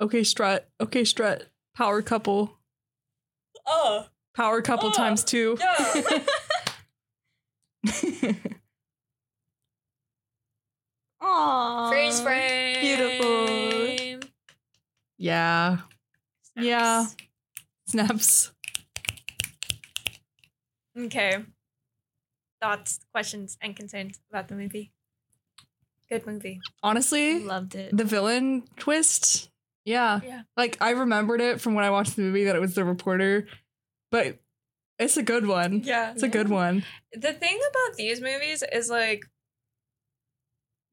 okay, strut. Okay, strut. Power couple.
Oh,
Power couple
Oh,
times two.
yeah.
Aww.
freeze frame.
Beautiful. yeah. Yeah. Snaps.
Okay. Thoughts, questions, and concerns about the movie. Good movie.
Honestly,
Loved it.
the villain twist. Yeah.
Yeah.
Like I remembered it from when I watched the movie that it was the reporter, but it's a good one.
Yeah.
It's a good one.
the thing about these movies is like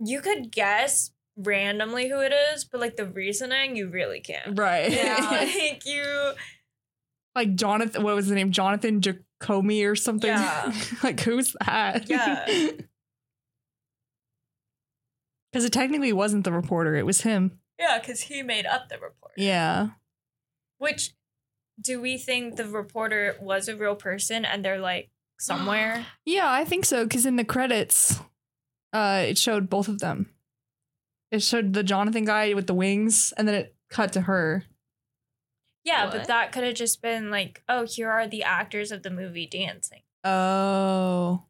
you could guess randomly who it is, but like the reasoning you really can't.
Right.
Yeah, like you
like Jonathan, what was the name? Jonathan Jacomi or something.
Yeah.
like who's that?
Yeah.
Because it technically wasn't the reporter, it was him.
Yeah, because he made up the report.
Yeah.
Which do we think the reporter was a real person and they're like somewhere?
Yeah, I think so. Because in the credits, uh, it showed both of them. It showed the Jonathan guy with the wings, and then it cut to her.
yeah, but
What?
that could have just been like, oh, here are the actors of the movie dancing.
Oh.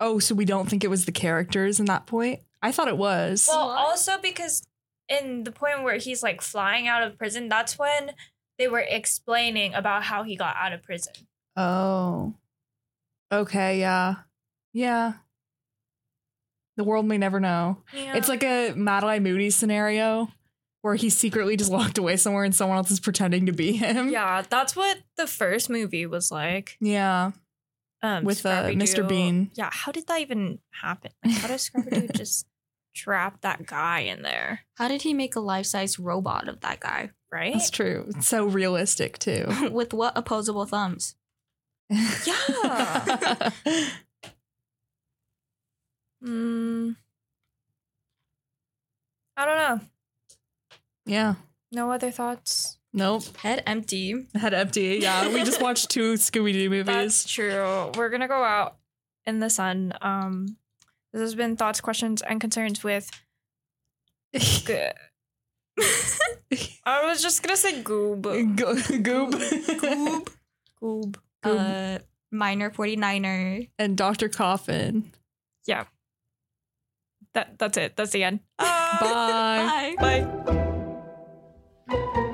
Oh, so we don't think it was the characters in that point? I thought it was.
Well,
What?
also because in the point where he's like flying out of prison, that's when they were explaining about how he got out of prison.
oh. Okay, yeah. Yeah. The world may never know. It's like a Madeline Moody scenario where he secretly just walked away somewhere and someone else is pretending to be him.
yeah, that's what the first movie was like.
Yeah.
Um,
With, uh,
Scrappy-Doo.
Mr. Bean.
Yeah, how did that even happen? Like, how does Scrappy Doo just trap that guy in there?
How did he make a life size robot of that guy?
Right?
That's true. It's so realistic too.
With what opposable thumbs?
Yeah. Mm, I don't know.
yeah.
No other thoughts.
Nope.
Head empty.
Head empty. Yeah. We just watched two Scooby Doo
That's
movies.
true. We're gonna go out in the sun. Um, this has been thoughts, questions, and concerns with. G- I was just gonna say goob.
Go- Goob.
Goob.
Goob.
Uh, minor 49er.
And Dr. Coffin.
that that's it. That's the end.
Bye.
Bye.
Bye.
Bye.